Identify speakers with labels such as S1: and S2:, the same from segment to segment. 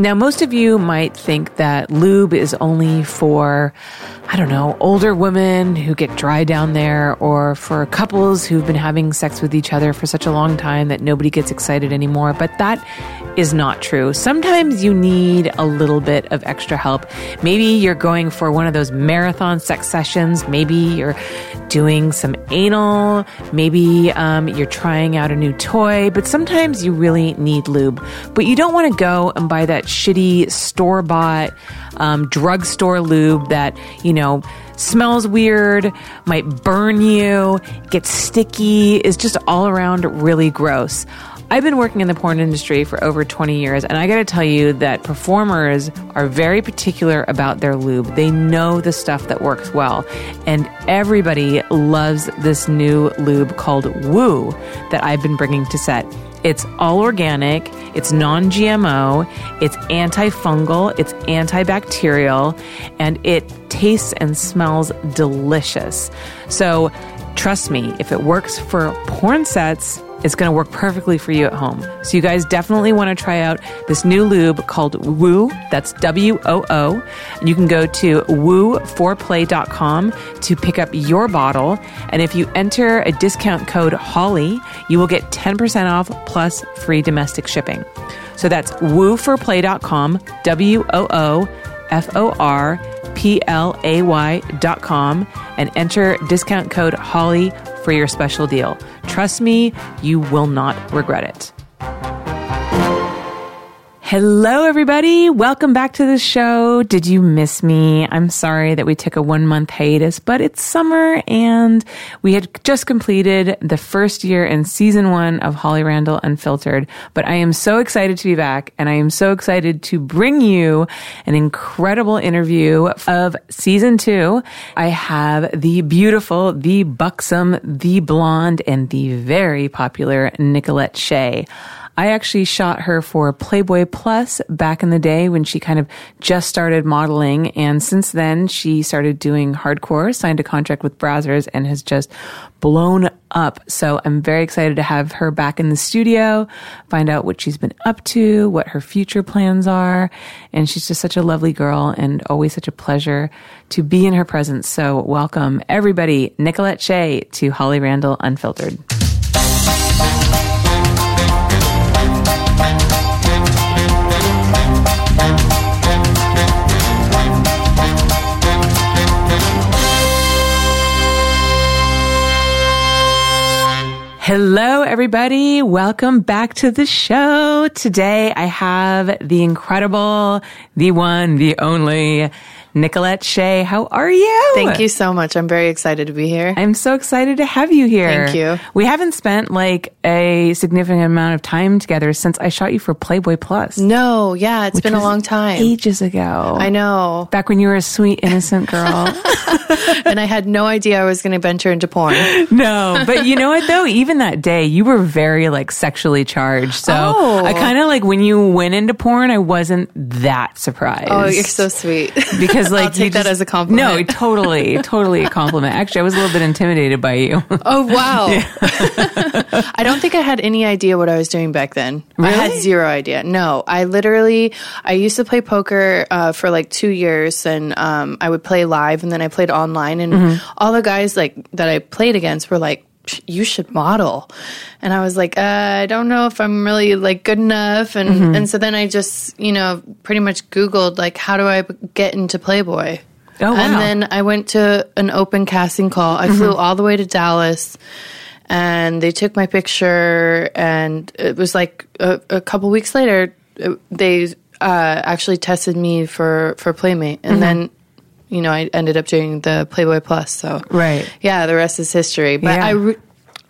S1: Now, most of you might think that lube is only for, I don't know, older women who get dry down there, or for couples who've been having sex with each other for such a long time that nobody gets excited anymore. But that is not true. Sometimes you need a little bit of extra help. Maybe you're going for one of those marathon sex sessions. Maybe you're doing some anal. Maybe um, you're trying out a new toy. But sometimes you really need lube. But you don't want to go and buy that shitty store bought um, drugstore lube that, you know, smells weird, might burn you, gets sticky, is just all around really gross. I've been working in the porn industry for over 20 years, and I gotta tell you that performers are very particular about their lube. They know the stuff that works well, and everybody loves this new lube called Woo that I've been bringing to set. It's all organic, it's non GMO, it's antifungal, it's antibacterial, and it tastes and smells delicious. So, trust me, if it works for porn sets, it's going to work perfectly for you at home. So, you guys definitely want to try out this new lube called Woo. That's W O O. And you can go to woo4play.com to pick up your bottle. And if you enter a discount code HOLLY, you will get 10% off plus free domestic shipping. So, that's woo4play.com, W O O F O R P L A Y.com, and enter discount code HOLLY for your special deal. Trust me, you will not regret it. Hello, everybody. Welcome back to the show. Did you miss me? I'm sorry that we took a one month hiatus, but it's summer and we had just completed the first year in season one of Holly Randall Unfiltered. But I am so excited to be back and I am so excited to bring you an incredible interview of season two. I have the beautiful, the buxom, the blonde, and the very popular Nicolette Shea. I actually shot her for Playboy Plus back in the day when she kind of just started modeling. And since then, she started doing hardcore, signed a contract with Brazzers, and has just blown up. So I'm very excited to have her back in the studio, find out what she's been up to, what her future plans are. And she's just such a lovely girl and always such a pleasure to be in her presence. So welcome everybody, Nicolette Shea to Holly Randall Unfiltered. Hello, everybody. Welcome back to the show. Today I have the incredible, the one, the only Nicolette Shea. How are you?
S2: Thank you so much. I'm very excited to be here.
S1: I'm so excited to have you here.
S2: Thank you.
S1: We haven't spent like a significant amount of time together since I shot you for Playboy Plus.
S2: no, yeah, it's been a long time.
S1: Ages ago.
S2: I know.
S1: Back when you were a sweet, innocent girl.
S2: and I had no idea I was going to venture into porn.
S1: No, but you know what though? Even that day, you were very like sexually charged. So
S2: Oh.
S1: I kind of like when you went into porn, I wasn't that surprised.
S2: Oh, you're so sweet.
S1: because like
S2: I'll take
S1: you
S2: that
S1: just-
S2: as a compliment.
S1: No, totally, totally a compliment. Actually, I was a little bit intimidated by you.
S2: Oh, wow. I don't think I had any idea what I was doing back then. I had
S1: Really?
S2: zero idea. No, I literally, I used to play poker uh, for like two years and um, I would play live and then I played online and
S1: Mm-hmm.
S2: all the guys like that I played against were like, "Psh, you should model. And I was like, uh, I don't know if I'm really like good enough. And,
S1: Mm-hmm.
S2: and so then I just, you know, pretty much Googled like, how do I b- get into Playboy?
S1: Oh,
S2: And
S1: wow.
S2: then and I went to an open casting call. I flew
S1: Mm-hmm.
S2: all the way to Dallas and they took my picture and it was like a, a couple weeks later uh, they uh, actually tested me for for playmate
S1: Mm-hmm.
S2: and then you know I ended up doing the Playboy Plus so
S1: Right.
S2: yeah the rest is history but
S1: Yeah.
S2: I re-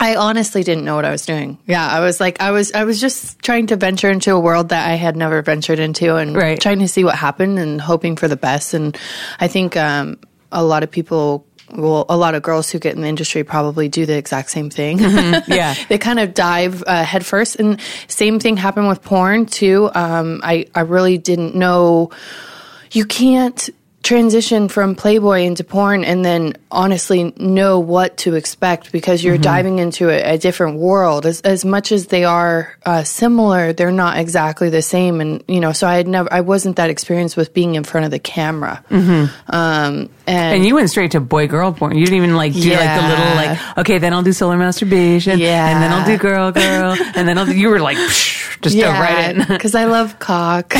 S2: I honestly didn't know what I was doing. Yeah, I was like, I was, I was just trying to venture into a world that I had never ventured into, and
S1: Right.
S2: trying to see what happened and hoping for the best. And I think um, a lot of people, well, a lot of girls who get in the industry probably do the exact same thing.
S1: yeah.
S2: they kind of dive uh, headfirst, and same thing happened with porn too. Um, I, I really didn't know you can't transition from Playboy into porn and then honestly know what to expect because
S1: Mm-hmm.
S2: you're diving into a, a different world. As, as much as they are uh, similar, they're not exactly the same. And, you know, so I had never, I wasn't that experienced with being in front of the camera. Um, and,
S1: Mm-hmm. And you went straight to boy girl porn. You didn't even like do like the little like okay, then I'll do solar masturbation, and then I'll do
S2: Yeah.
S1: girl girl, and then I'll do, you were like psh, just dove right in.
S2: because I love cock.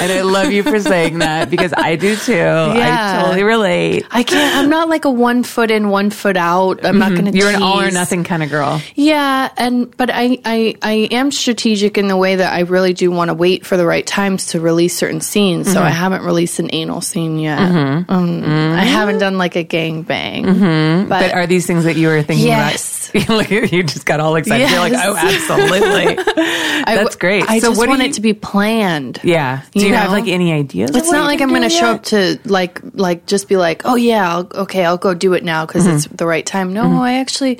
S1: And I love you for saying that because I do too.
S2: Yeah.
S1: I totally relate.
S2: I can't. I'm not like a one foot in, one foot out. I'm not going to.
S1: Mm-hmm. You're an all or nothing kind of girl.
S2: Yeah, and but I, I I am strategic in the way that I really do want to wait for the right times to release certain scenes. So
S1: Mm-hmm.
S2: I haven't released an anal scene yet. Um, I haven't done like a gangbang. Mm-hmm. But,
S1: But uh, are these things that you were thinking
S2: Yes.
S1: about? Look, you just got all excited. You're like,
S2: Yes.
S1: oh, absolutely.
S2: I, w-
S1: that's great.
S2: I
S1: So
S2: just
S1: what do
S2: want
S1: you-
S2: it to be planned.
S1: yeah. Do you,
S2: You
S1: have
S2: know?
S1: like any ideas? of
S2: It's
S1: what
S2: not
S1: you
S2: like
S1: can
S2: I'm going to
S1: do
S2: show
S1: yet?
S2: up to like like just be like, oh yeah, I'll, okay, I'll go do it now because
S1: Mm-hmm.
S2: it's the right time. No, I actually,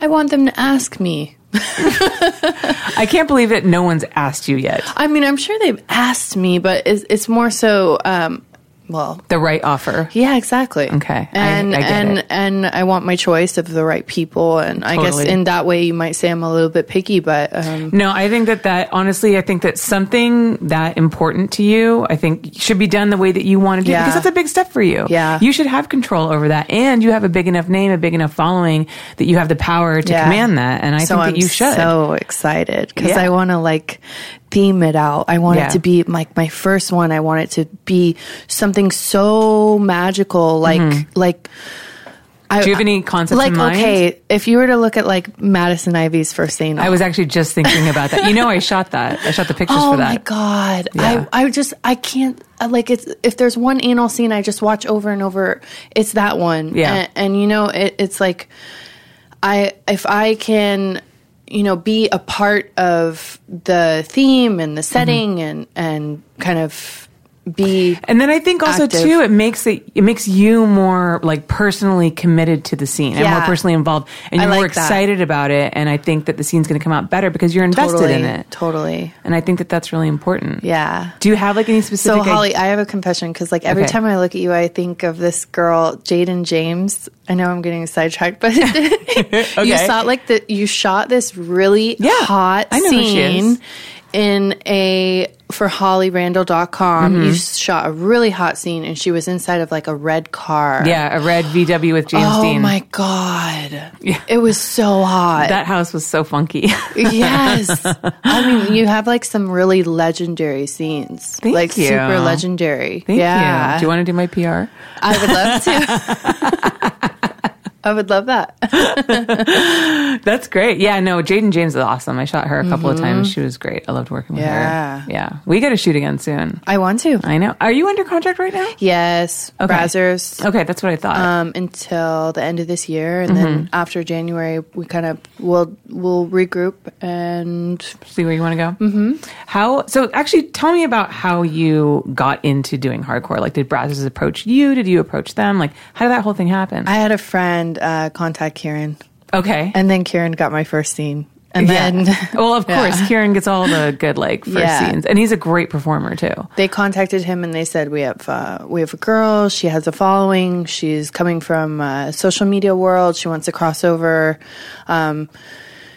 S2: I want them to ask me.
S1: I can't believe that no one's asked you yet
S2: I mean, I'm sure they've asked me, but it's, it's more so. Um, well,
S1: the right offer.
S2: Yeah, exactly.
S1: Okay, I-
S2: and
S1: I get
S2: and
S1: it.
S2: and I want my choice of the right people, and I guess
S1: Totally.
S2: in that way you might say I'm a little bit picky, but um,
S1: No, I think that that honestly, I think that something that important to you, I think should be done the way that you want to do it,
S2: Yeah.
S1: because that's a big step for you.
S2: Yeah.
S1: You should have control over that. And you have a big enough name, a big enough following that you have the power to
S2: Yeah.
S1: command that. And I
S2: so
S1: think
S2: I'm
S1: that you should.
S2: so excited because
S1: Yeah.
S2: I want to like theme it out. I want
S1: Yeah.
S2: it to be like my first one. I want it to be something so magical, like like. I,
S1: Mm-hmm. Do you have any concepts
S2: like
S1: in mind?
S2: okay, if you were to look at like Madison Ivy's first scene,
S1: I was actually just thinking about that. You know, I shot that. I shot the pictures
S2: oh
S1: for that.
S2: my god!
S1: Yeah.
S2: I I just I can't I- like it's if there's one anal scene I just watch over and over. It's that one.
S1: Yeah.
S2: and, and you know it, it's like I if I can you know be a part of the theme and
S1: Mm-hmm.
S2: the setting and and kind of be
S1: And then I think also
S2: active.
S1: too, it makes it it makes you more like personally committed to the scene and more
S2: Yeah.
S1: personally involved, and
S2: I
S1: you're more
S2: like that.
S1: excited about it. And I think that the scene's going to come out better because you're invested
S2: totally
S1: in it.
S2: totally
S1: And I think that that's really important.
S2: yeah.
S1: Do you have like any specific?
S2: So Holly, I have a confession because like every
S1: Okay.
S2: time I look at you, I think of this girl, Jaden James. I know I'm getting sidetracked, but you
S1: Okay.
S2: saw like the you shot this really
S1: Yeah,
S2: hot
S1: I know who she is.
S2: scene in a for hollyrandall.com.
S1: Mm-hmm.
S2: You shot a really hot scene, and she was inside of like a red car.
S1: yeah, a red VW with James
S2: Oh
S1: Dean.
S2: my god! It was so hot.
S1: That house was so funky.
S2: yes. I mean, you have like some really legendary scenes.
S1: Thank
S2: like
S1: you.
S2: super legendary.
S1: Thank
S2: yeah.
S1: you. Do you want to do my PR?
S2: I would love to. I would love that.
S1: That's great. Yeah, no, Jaden James is awesome. I shot her a couple of times. She was great. I loved working with
S2: Mm-hmm. Yeah.
S1: her. Yeah. We got to shoot again soon.
S2: I want to.
S1: I know. Are you under contract right now?
S2: Yes,
S1: Okay.
S2: Brazzers.
S1: Okay, that's what I thought.
S2: Um, until the end of this year, and
S1: Mm-hmm.
S2: then after January, we kind of will will regroup and
S1: see where you want to go. Mm-hmm. How? So, actually, tell me about how you got into doing hardcore. Like, did Brazzers approach you? Did you approach them? Like, how did that whole thing happen?
S2: I had a friend uh, contact Kieran,
S1: okay.
S2: and then Kieran got my first scene, and
S1: Yeah.
S2: then
S1: well, of
S2: Yeah.
S1: course, Kieran gets all the good like first
S2: Yeah.
S1: scenes, and he's a great performer too.
S2: they contacted him and they said we have uh, we have a girl she has a following she's coming from uh, social media world she wants to cross over um,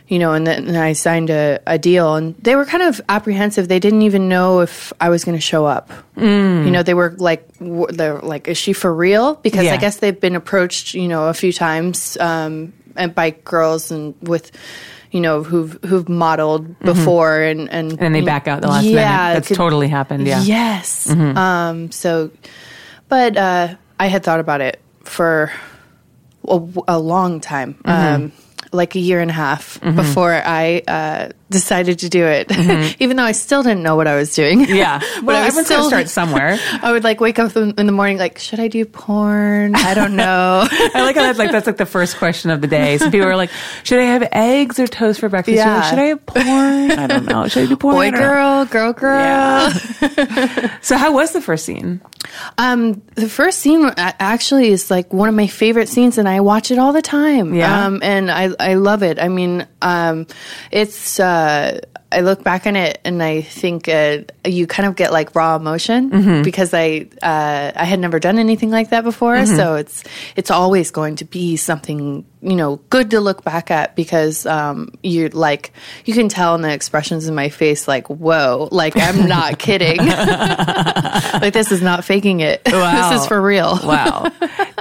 S2: you know and then and i signed a, a deal and they were kind of apprehensive they didn't even know if i was going to show up
S1: Mm.
S2: you know they were like w- they're like is she for real because
S1: Yeah.
S2: i guess they've been approached you know a few times um, and by girls and with you know who've who've modeled before and and
S1: Mm-hmm. And they back out the last minute.
S2: it
S1: That's
S2: could-
S1: totally happened. Yeah. Mm-hmm.
S2: Yes. Um, so, but uh, I had thought about it for a, a long time,
S1: Mm-hmm.
S2: um, like a year and a half before I uh, decided to do it, even though I still didn't know what I was doing.
S1: Mm-hmm. Yeah. Well,
S2: I
S1: everyone's
S2: was
S1: going to
S2: still-
S1: start somewhere.
S2: I would like wake up in in the morning, like, should I do porn? I don't know.
S1: I like how that's like that's like the first question of the day. Some people are like, "Should I have eggs or toast for breakfast?" You're like,
S2: Yeah.
S1: Should I have porn? I don't know. Should I do porn? I
S2: Boy,
S1: don't know."
S2: girl, girl, girl.
S1: so how was the first scene?
S2: Um, the first scene a- actually is like one of my favorite scenes, and I watch it all the time.
S1: Yeah.
S2: um, and I I love it. I mean, um, it's uh, I look back on it and I think uh, you kind of get like raw emotion because I uh, I had never done anything like that before. So it's it's always going to be something you know good to look back at because um, you're like you can tell in the expressions in my face like whoa like I'm not kidding like this is not faking it this is for real
S1: wow.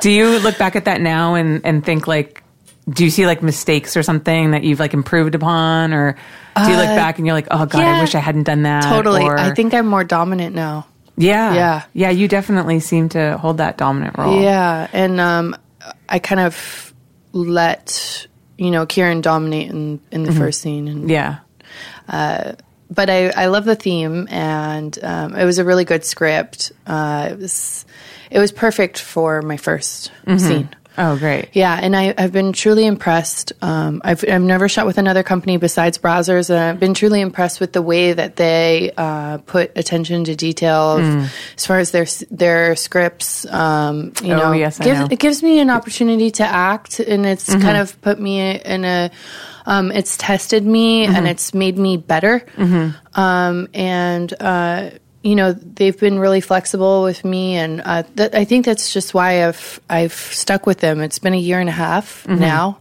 S1: Do you look back at that now and, and think like, do you see like mistakes or something that you've like improved upon, or do you look back and you're like, oh god, I
S2: Uh, yeah.
S1: wish I hadn't done that?
S2: totally
S1: Or-
S2: I think I'm more dominant now.
S1: Yeah.
S2: Yeah.
S1: Yeah. You definitely seem to hold that dominant role.
S2: Yeah, and um, I kind of let you know Kieran dominate in in the first scene, and
S1: Yeah.
S2: but I I love the theme, and um, it was a really good script. Uh, it was it was perfect for my 1st scene.
S1: Oh, great.
S2: Yeah, and I, I've been truly impressed. Um, I've, I've never shot with another company besides Browsers, and I've been truly impressed with the way that they uh, put attention to detail of- as far as their s- their scripts. Um, you
S1: Oh,
S2: know,
S1: yes, I
S2: gives-
S1: know. Mm-hmm.
S2: it gives me an opportunity to act, and it's kind of put me in a. Um, it's tested me,
S1: Mm-hmm.
S2: and it's made me better. Um, and uh, you know they've been really flexible with me, and uh, th- I think that's just why I've I've stuck with them. It's been a year and a half
S1: Mm-hmm.
S2: now,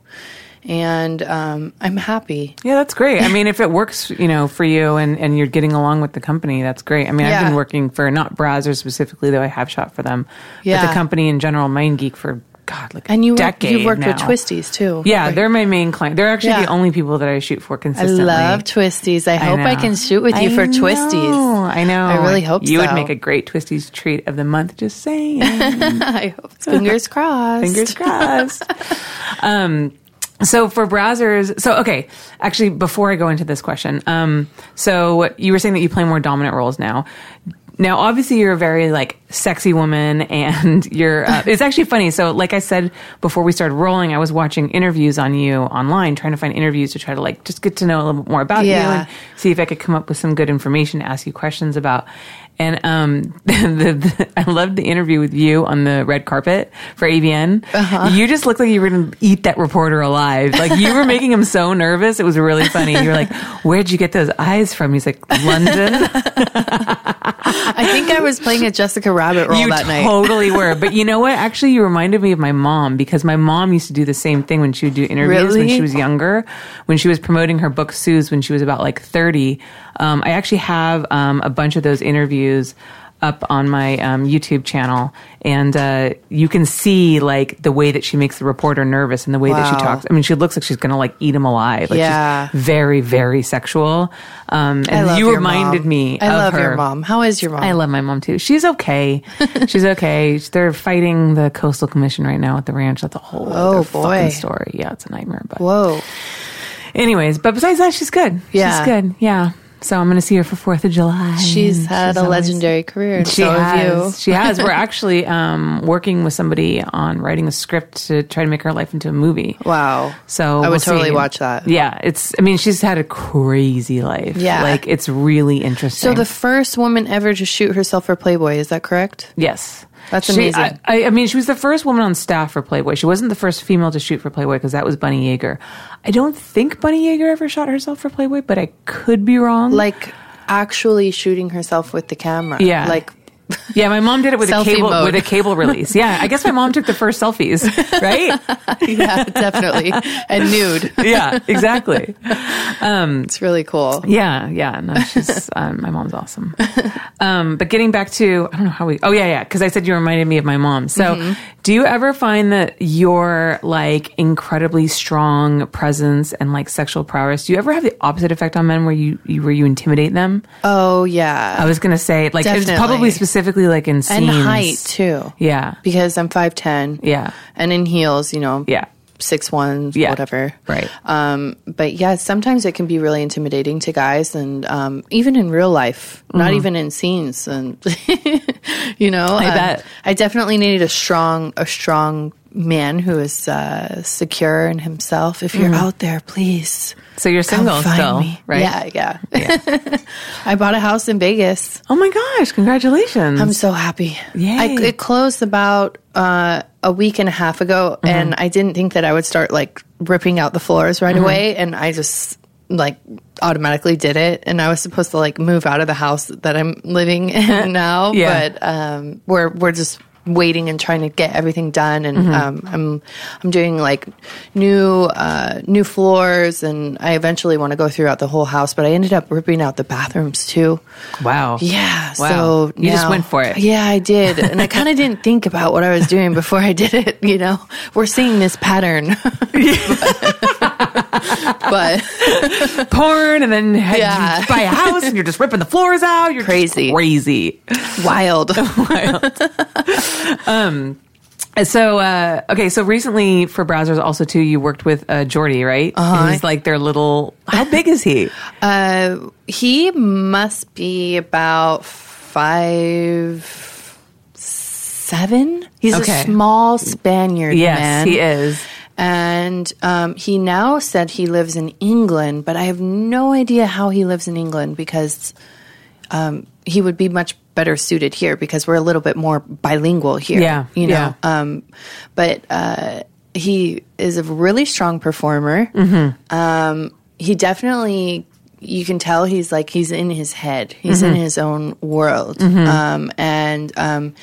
S2: and um, I'm happy.
S1: Yeah, that's great. I mean, if it works, you know, for you and, and you're getting along with the company, that's great. I mean, I've
S2: Yeah.
S1: been working for not Browser specifically, though I have shot for them, but
S2: Yeah.
S1: the company in general, MindGeek, for God, like
S2: And
S1: a
S2: you work,
S1: decade
S2: you've worked with
S1: now.
S2: Twisties too.
S1: Yeah,
S2: Like,
S1: they're my main client. They're actually
S2: Yeah.
S1: the only people that I shoot for
S2: I
S1: consistently.
S2: love Twisties. I, hope I
S1: know.
S2: can shoot with you
S1: I
S2: for
S1: know,
S2: Twisties.
S1: I know.
S2: I really hope
S1: you would
S2: so.
S1: make a great Twisties treat of the month. Just saying.
S2: I hope. Fingers crossed.
S1: Fingers crossed. um, so for browsers, so okay, actually, before I go into this question, um, so you were saying that you play more dominant roles now. Now, obviously, you're a very like sexy woman, and you're. Uh, it's actually funny. So, like I said before we started rolling, I was watching interviews on you online, trying to find interviews to try to like just get to know a little bit more about you
S2: Yeah.
S1: and see if I could come up with some good information to ask you questions about. And um, the, the, I loved the interview with you on the red carpet for ABN. You just looked like you were going to eat that reporter alive. Like you were making him so nervous. It was really funny. You were like, "Where'd you get those eyes from?" He's like, "London."
S2: I think I was playing a Jessica Rabbit role
S1: you
S2: that night.
S1: totally were. But you know what? Actually, you reminded me of my mom because my mom used to do the same thing when she would do interviews when
S2: Really?
S1: she was younger. When she was promoting her book Sue's when she was about like 30. Um, I actually have um, a bunch of those interviews up on my um, YouTube channel, and uh, you can see like the way that she makes the reporter nervous and the way that she
S2: Wow.
S1: talks. I mean, she looks like she's gonna like eat him alive. Like
S2: Yeah.
S1: she's very, very sexual. Um,
S2: I
S1: and
S2: love
S1: you
S2: your
S1: reminded
S2: mom.
S1: me.
S2: I
S1: of
S2: love
S1: her.
S2: your mom. How is your mom?
S1: I love my mom too. She's okay. She's okay. They're fighting the coastal commission right now at the ranch. That's a whole other
S2: Oh, boy.
S1: fucking story. Yeah, it's a nightmare. But
S2: Whoa.
S1: anyways, but besides that, she's good.
S2: Yeah.
S1: she's good. Yeah. So I'm gonna see her for Fourth of July.
S2: She's had a
S1: always-
S2: legendary career. And
S1: She
S2: so have you.
S1: has. She has. We're actually um, working with somebody on writing a script to try to make her life into a movie.
S2: Wow.
S1: So
S2: I
S1: we'll
S2: would totally
S1: see.
S2: watch that.
S1: Yeah, it's. I mean, she's had a crazy life.
S2: Yeah.
S1: like it's really interesting.
S2: So the first woman ever to shoot herself for Playboy, is that correct?
S1: Yes.
S2: That's
S1: She-
S2: amazing.
S1: I, I, I mean, she was the first woman on staff for Playboy. She wasn't the first female to shoot for Playboy because that was Bunny Yeager. I don't think Bunny Yeager ever shot herself for Playboy, but I could be wrong.
S2: Like actually shooting herself with the camera.
S1: Yeah.
S2: Like
S1: yeah, my mom did it with a
S2: Selfie
S1: cable
S2: mode.
S1: with a cable release. Yeah, I guess my mom took the first selfies, right?
S2: yeah, definitely. and nude.
S1: yeah, exactly.
S2: It's really cool.
S1: Yeah, yeah. No, she's um, my mom's awesome. Um, but getting back to I don't know how we. Oh yeah, yeah. Because I said you reminded me of my mom. So
S2: Mm-hmm.
S1: do you ever find that your like incredibly strong presence and like sexual prowess? Do you ever have the opposite effect on men where you, you where you intimidate them?
S2: Oh yeah.
S1: I was gonna say like it's probably
S2: Definitely.
S1: specifically like in
S2: and
S1: scenes.
S2: height too.
S1: Yeah.
S2: Because I'm five ten.
S1: Yeah.
S2: And in heels, you know.
S1: Yeah.
S2: Six ones,
S1: Yeah.
S2: whatever.
S1: Right.
S2: Um, but yeah, sometimes it can be really intimidating to guys, and um, even in real life,
S1: Mm-hmm.
S2: not even in scenes, and you know, I
S1: bet.
S2: I definitely needed a strong, a strong man who is uh, secure in himself. If you're out there, please
S1: So you're
S2: come
S1: single
S2: find
S1: Mm-hmm. still,
S2: me.
S1: right?
S2: Yeah, yeah. I bought a house in Vegas.
S1: Oh my gosh! Congratulations.
S2: I'm so happy.
S1: Yay.
S2: I, it closed about uh, a week and a
S1: Uh-huh. Uh-huh.
S2: half ago, and I didn't think that I would start like ripping out the floors right away. And I just like automatically did it and I was supposed to like move out of the house that I'm living in now
S1: Yeah.
S2: but um we're we're just waiting and trying to get everything done and
S1: Mm-hmm.
S2: um I'm I'm doing like new uh new floors and I eventually want to go throughout the whole house but I ended up ripping out the bathrooms too
S1: Wow.
S2: yeah
S1: Wow.
S2: so
S1: you just
S2: now-
S1: went for it.
S2: yeah I did and I kind of didn't think about what I was doing before I did it you know we're seeing this pattern but
S1: Porn and then had
S2: Yeah.
S1: you buy a house and you're just ripping the floors out. You're just
S2: Crazy.
S1: crazy.
S2: wild
S1: So uh, okay, so recently for browsers also too, you worked with uh, Jordy, right?
S2: Uh-huh.
S1: He's like their little. How big is he?
S2: Uh, he must be about five, seven. He's
S1: Okay.
S2: a small Spaniard.
S1: yes,
S2: man.
S1: he is.
S2: And um, he now said he lives in England, but I have no idea how he lives in England because um, he would be much better suited here because we're a little bit more bilingual here.
S1: Yeah,
S2: You know? Um, but uh, he is a really strong performer.
S1: Mm-hmm.
S2: Um, he definitely. You can tell he's like he's in his head. He's
S1: Mm-hmm.
S2: in his own world, um, and um,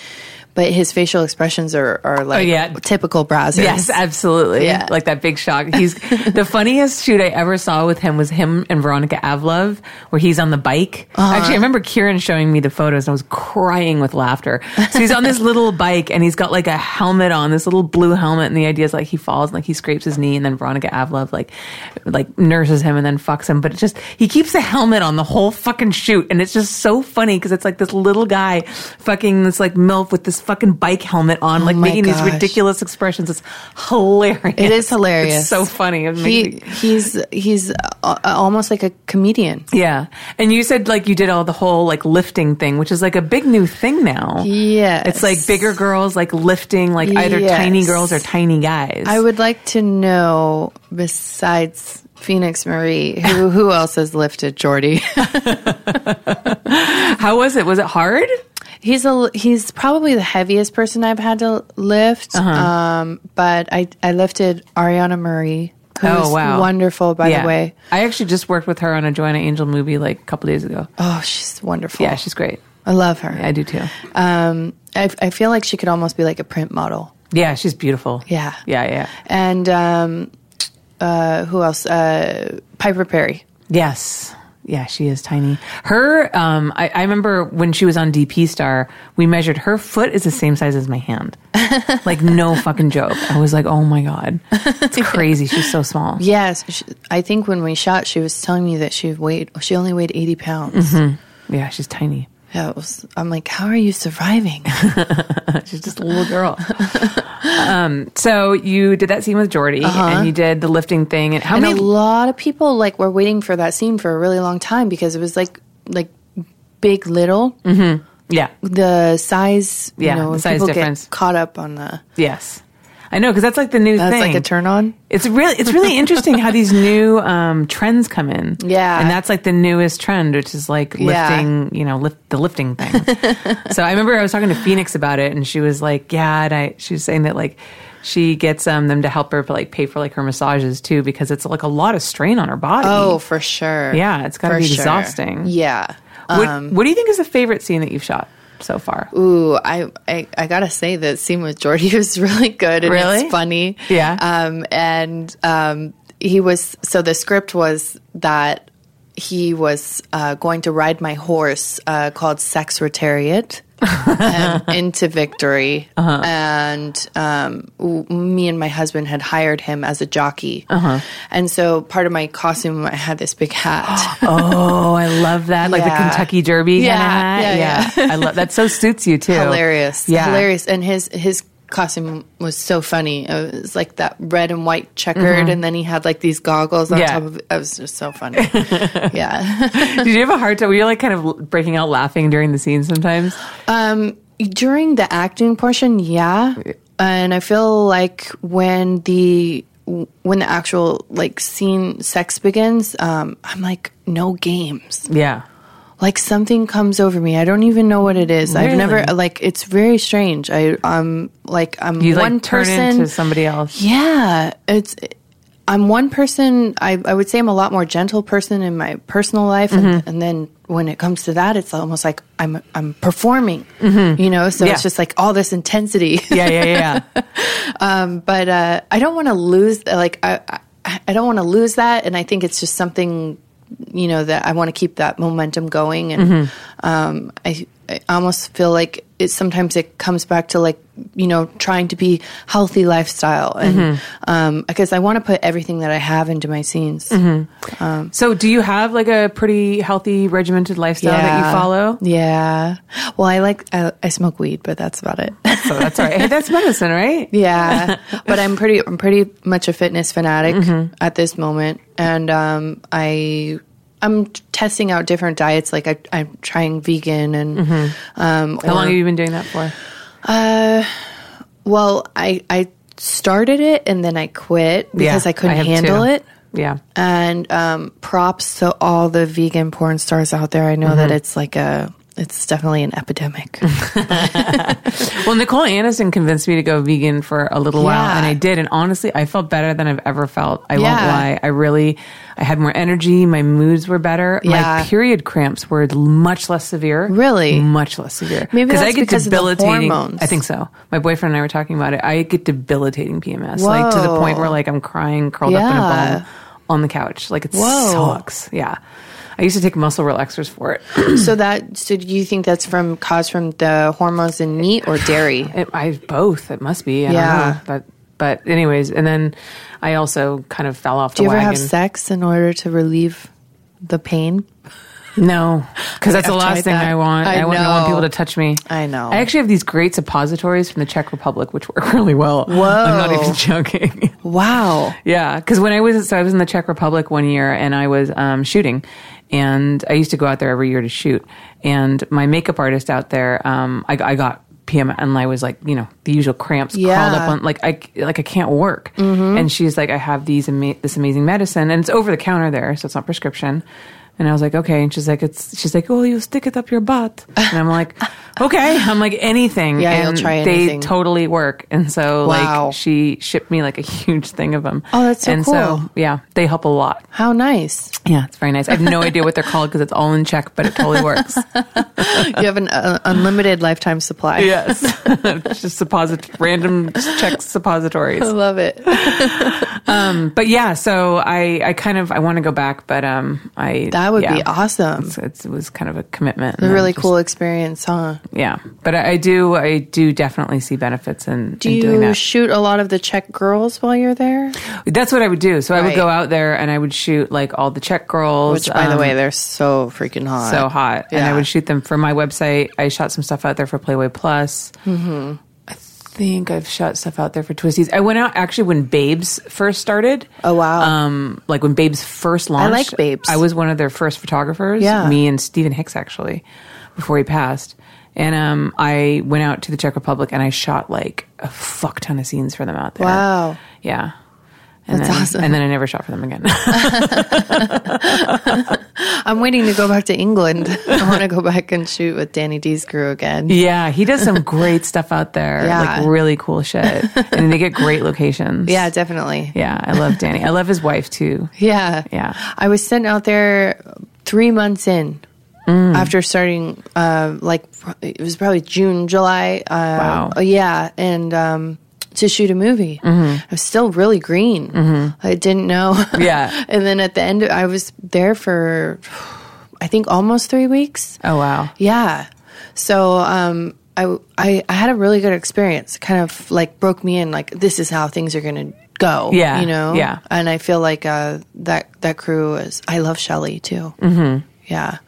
S2: but his facial expressions are, are like
S1: Oh, yeah.
S2: typical browsers.
S1: Yes, absolutely.
S2: Yeah.
S1: Like that big shock. He's the funniest shoot I ever saw with him was him and Veronica Avlov, where he's on the bike.
S2: Uh-huh.
S1: Actually, I remember Kieran showing me the photos and I was crying with laughter. So he's on this little bike and he's got like a helmet on, this little blue helmet, and the idea is like he falls and like he scrapes his knee and then Veronica Avlov like like nurses him and then fucks him. But it's just he keeps the helmet on the whole fucking shoot and it's just so funny because it's like this little guy fucking this like MILF with this fucking bike helmet on, like
S2: Oh my
S1: making these
S2: gosh.
S1: ridiculous ridiculous expressions. It's hilarious.
S2: It is hilarious.
S1: It's so funny. It made
S2: He,
S1: me-
S2: he's he's uh, almost like a comedian.
S1: yeah. And you said like you did all the whole like lifting thing, which is like a big new thing now.
S2: Yes.
S1: It's like bigger girls like lifting like either tiny
S2: Yes.
S1: girls or tiny guys.
S2: I would like to know besides Phoenix Marie, who who else has lifted Jordy?
S1: How was it? Was it hard?
S2: he's a he's probably the heaviest person I've had to lift.
S1: Uh-huh.
S2: Um, but I I lifted Ariana Marie, who's
S1: Oh, wow.
S2: wonderful by
S1: Yeah.
S2: the way.
S1: I actually just worked with her on a Joanna Angel movie like a couple days ago.
S2: Oh, she's wonderful.
S1: Yeah, she's great.
S2: I love her.
S1: I do too.
S2: Um, I I feel like she could almost be like a print model.
S1: Yeah, she's beautiful.
S2: Yeah.
S1: Yeah, yeah.
S2: and um, uh, who else? Uh, Piper Perry.
S1: Yes. Yeah, she is tiny. Her, um, I, I remember when she was on DP Star, we measured her foot is the same size as my hand. like, no fucking joke. I was like, oh my God. It's crazy. She's so small.
S2: Yes, sh I think when we shot, she was telling me that she weighed she only weighed eighty pounds.
S1: Mm-hmm. Yeah, she's tiny.
S2: Yeah, it was, I'm like, how are you surviving?
S1: She's just a little girl. um, so you did that scene with Jordy and you did the lifting thing. And how
S2: Uh-huh. and a
S1: many?
S2: lot of people like were waiting for that scene for a really long time because it was like like Big Little,
S1: yeah.
S2: the size.
S1: Mm-hmm.
S2: You
S1: Yeah,
S2: know,
S1: the
S2: and
S1: size
S2: people
S1: difference.
S2: get caught up on the.
S1: Yes. I know, because that's like the new
S2: That's
S1: thing.
S2: like a turn on.
S1: It's really it's really interesting how these new um, trends come in.
S2: Yeah.
S1: and that's like the newest trend, which is like
S2: Yeah.
S1: lifting. You know, lift the lifting thing. so I remember I was talking to Phoenix about it, and she was like, "Yeah," and I she was saying that like she gets um, them to help her like pay for like her massages too because it's like a lot of strain on her body.
S2: Oh, for sure.
S1: Yeah, it's gotta
S2: For
S1: be exhausting.
S2: Yeah. Um,
S1: what, what do you think is the favorite scene that you've shot so far?
S2: Ooh, I, I I gotta say that scene with Jordy was really good. And
S1: Really?
S2: it's funny.
S1: Yeah.
S2: Um, and um, he was so the script was that he was uh, going to ride my horse uh, called Sexretariat. um, into victory,
S1: Uh-huh.
S2: and um, w- me and my husband had hired him as a jockey,
S1: Uh-huh.
S2: and so part of my costume, I had this big hat.
S1: Oh, I love that, like the
S2: Yeah.
S1: Kentucky Derby.
S2: Yeah,
S1: kinda hat.
S2: yeah,
S1: I love that. So suits you too.
S2: hilarious
S1: Yeah.
S2: hilarious and his his costume was so funny it was like that red and white checkered and then he had like these goggles on
S1: Mm-hmm. Yeah.
S2: top of it was just so funny yeah
S1: Did you have a hard time? Were you like kind of breaking out laughing during the scene sometimes?
S2: um during the acting portion yeah and i feel like when the when the actual like scene sex begins um i'm like no games
S1: Yeah.
S2: like something comes over me. I don't even know what it is. I've never
S1: Really?
S2: like it's very strange. I um like I'm
S1: You
S2: one
S1: like turn
S2: person
S1: into somebody else.
S2: Yeah, it's I'm one person. I, I would say I'm a lot more gentle person in my personal life, and, and then when it comes to that, it's almost like I'm I'm performing, you know. So
S1: Yeah.
S2: it's just like all this intensity.
S1: Yeah, yeah, yeah. yeah.
S2: but uh, I don't want to lose like I I, I don't want to lose that, and I think it's just something you know that I want to keep that momentum going, and
S1: Mm-hmm.
S2: um, I I almost feel like it sometimes it comes back to like you know trying to be healthy lifestyle, and
S1: Mm-hmm.
S2: um, because I want to put everything that I have into my scenes.
S1: Mm-hmm. so, do you have like a pretty healthy, regimented lifestyle that you follow?
S2: Yeah. Well, I like I, I smoke weed, but that's about it.
S1: So that's all right. Hey, that's medicine, right?
S2: Yeah, but I'm pretty I'm pretty much a fitness fanatic
S1: Mm-hmm.
S2: at this moment, and um, I I'm t- testing out different diets. Like I, I'm trying vegan, and um,
S1: Mm-hmm. How
S2: or-
S1: long have you been doing that for?
S2: well, I I started it and then I quit because I couldn't
S1: have
S2: handle
S1: too.
S2: it.
S1: Yeah.
S2: And um, props to all the vegan porn stars out there. I know
S1: Mm-hmm.
S2: that it's like a it's definitely an epidemic.
S1: Well, Nicole Aniston convinced me to go vegan for a little while,
S2: Yeah.
S1: and I did. And honestly, I felt better than I've ever felt. I won't
S2: Yeah.
S1: lie. I really, I had more energy. My moods were better.
S2: Yeah.
S1: My period cramps were much less severe.
S2: Really?
S1: much less severe.
S2: Maybe
S1: I
S2: that's
S1: get
S2: because of the
S1: debilitating.
S2: hormones.
S1: I think so. My boyfriend and I were talking about it. I get debilitating PMS, like to the
S2: Whoa.
S1: point where like I'm crying, curled up in
S2: Yeah.
S1: a ball on the couch. Like it
S2: Whoa.
S1: sucks. Yeah. I used to take muscle relaxers for it.
S2: so that so do you think that's from caused from the hormones in meat or dairy?
S1: It, I both. It must be. I
S2: Yeah.
S1: Don't know. But but anyways, and then I also kind of fell off
S2: Do
S1: the
S2: you ever
S1: wagon.
S2: have sex in order to relieve the pain?
S1: No, because that's
S2: I've
S1: the last
S2: tried
S1: thing
S2: that.
S1: I want. I,
S2: I
S1: wouldn't want
S2: know.
S1: people to touch me.
S2: I know.
S1: I actually have these great suppositories from the Czech Republic, which work really well. Whoa. I'm not even joking.
S2: Wow.
S1: Yeah, because when I was so I was in the Czech Republic one year and I was um, shooting, and I used to go out there every year to shoot. And my makeup artist out there, um, I, I got PM and I was like, you know, the usual cramps crawled
S2: Yeah. Mm-hmm.
S1: up on like I like I can't work. And she's like, I have these ama- this amazing medicine, and it's over the counter there, so it's not prescription. And I was like, okay. And she's like, it's. She's like, oh, you stick it up your butt. And I'm like, okay. I'm like anything.
S2: Yeah,
S1: and
S2: you'll try
S1: they
S2: anything.
S1: totally work. And so
S2: Wow.
S1: like she shipped me like a huge thing of them.
S2: Oh, that's so
S1: and so
S2: cool.
S1: yeah, they help a lot.
S2: How nice.
S1: Yeah, it's very nice. I have no idea what they're called because it's all in Czech, but it totally works.
S2: You have an uh, unlimited lifetime supply.
S1: yes, It's just supposit- random Czech suppositories.
S2: I love it.
S1: But yeah, so I I kind of I want to go back, but um I
S2: That would be
S1: yeah.
S2: awesome.
S1: It's, it's, it was kind of a commitment.
S2: A
S1: and
S2: really
S1: I'm just-
S2: cool experience, huh?
S1: Yeah, but I, I do I do definitely see benefits in,
S2: Do
S1: in doing
S2: you
S1: that.
S2: shoot a lot of the Czech girls while you're there?
S1: That's what I would do. So I would
S2: Right.
S1: go out there and I would shoot like all the Czech girls.
S2: Which, by the
S1: um,
S2: way, they're so freaking hot.
S1: so hot. And I
S2: Yeah.
S1: would shoot them for my website. I shot some stuff out there for Playboy Plus. Mm-hmm. I think I've shot stuff out there for Twisties. I went out actually when Babes first started.
S2: Oh, wow.
S1: Um, like when Babes first launched.
S2: like Babes.
S1: I was one of their first photographers.
S2: Yeah.
S1: Me and Stephen Hicks actually, before he passed. And um, I went out to the Czech Republic and I shot like a fuck ton of scenes for them out there.
S2: Wow.
S1: Yeah. And
S2: That's
S1: then,
S2: awesome.
S1: And then I never shot for them again.
S2: I'm waiting to go back to England. I want to go back and shoot with Danny D's crew again.
S1: Yeah, he does some great stuff out there.
S2: Yeah.
S1: Like really cool shit. and they get great locations.
S2: Yeah, definitely.
S1: Yeah, I love Danny. I love his wife too.
S2: Yeah.
S1: Yeah.
S2: I was sent out there three months in
S1: Mm.
S2: after starting, uh, like, pro- it was probably June, July. Uh,
S1: Wow.
S2: Yeah. And um, to shoot a movie.
S1: Mm-hmm.
S2: I was still really green. I didn't know.
S1: Yeah.
S2: and then at the end, I was there for, I think, almost three weeks.
S1: Oh wow.
S2: Yeah. So um, I, I I had a really good experience. It Kind of like broke me in. Like this is how things are gonna go.
S1: Yeah.
S2: You know.
S1: Yeah.
S2: And I feel like uh, that that crew is. I love Shelly too. Mm-hmm. Yeah.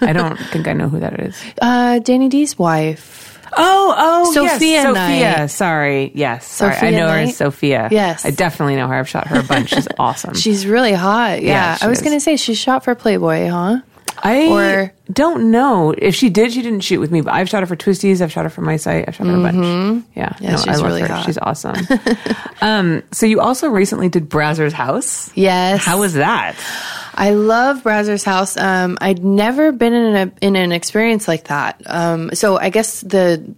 S1: I don't think I know who that is.
S2: Uh, Danny D's wife.
S1: Oh, oh,
S2: Sophia
S1: yes, Sophia.
S2: Knight.
S1: Sorry, yes, sorry. I
S2: Sophia
S1: know her
S2: Knight?
S1: as Sophia.
S2: Yes.
S1: I definitely know her. I've shot her a bunch. She's awesome.
S2: She's really hot. Yeah.
S1: Yeah, she
S2: I was
S1: is.
S2: gonna say she shot for Playboy, huh?
S1: I
S2: or-
S1: don't know if she did. She didn't shoot with me, but I've shot her for Twisties. I've shot her for my site. I've shot her a bunch. Yeah,
S2: Mm-hmm. Yeah, she's
S1: I love
S2: really
S1: her.
S2: hot.
S1: She's awesome. um, so you also recently did Brazzers House.
S2: Yes.
S1: How was that?
S2: I love Brazzers House. Um, I'd never been in a in an experience like that. Um, so I guess the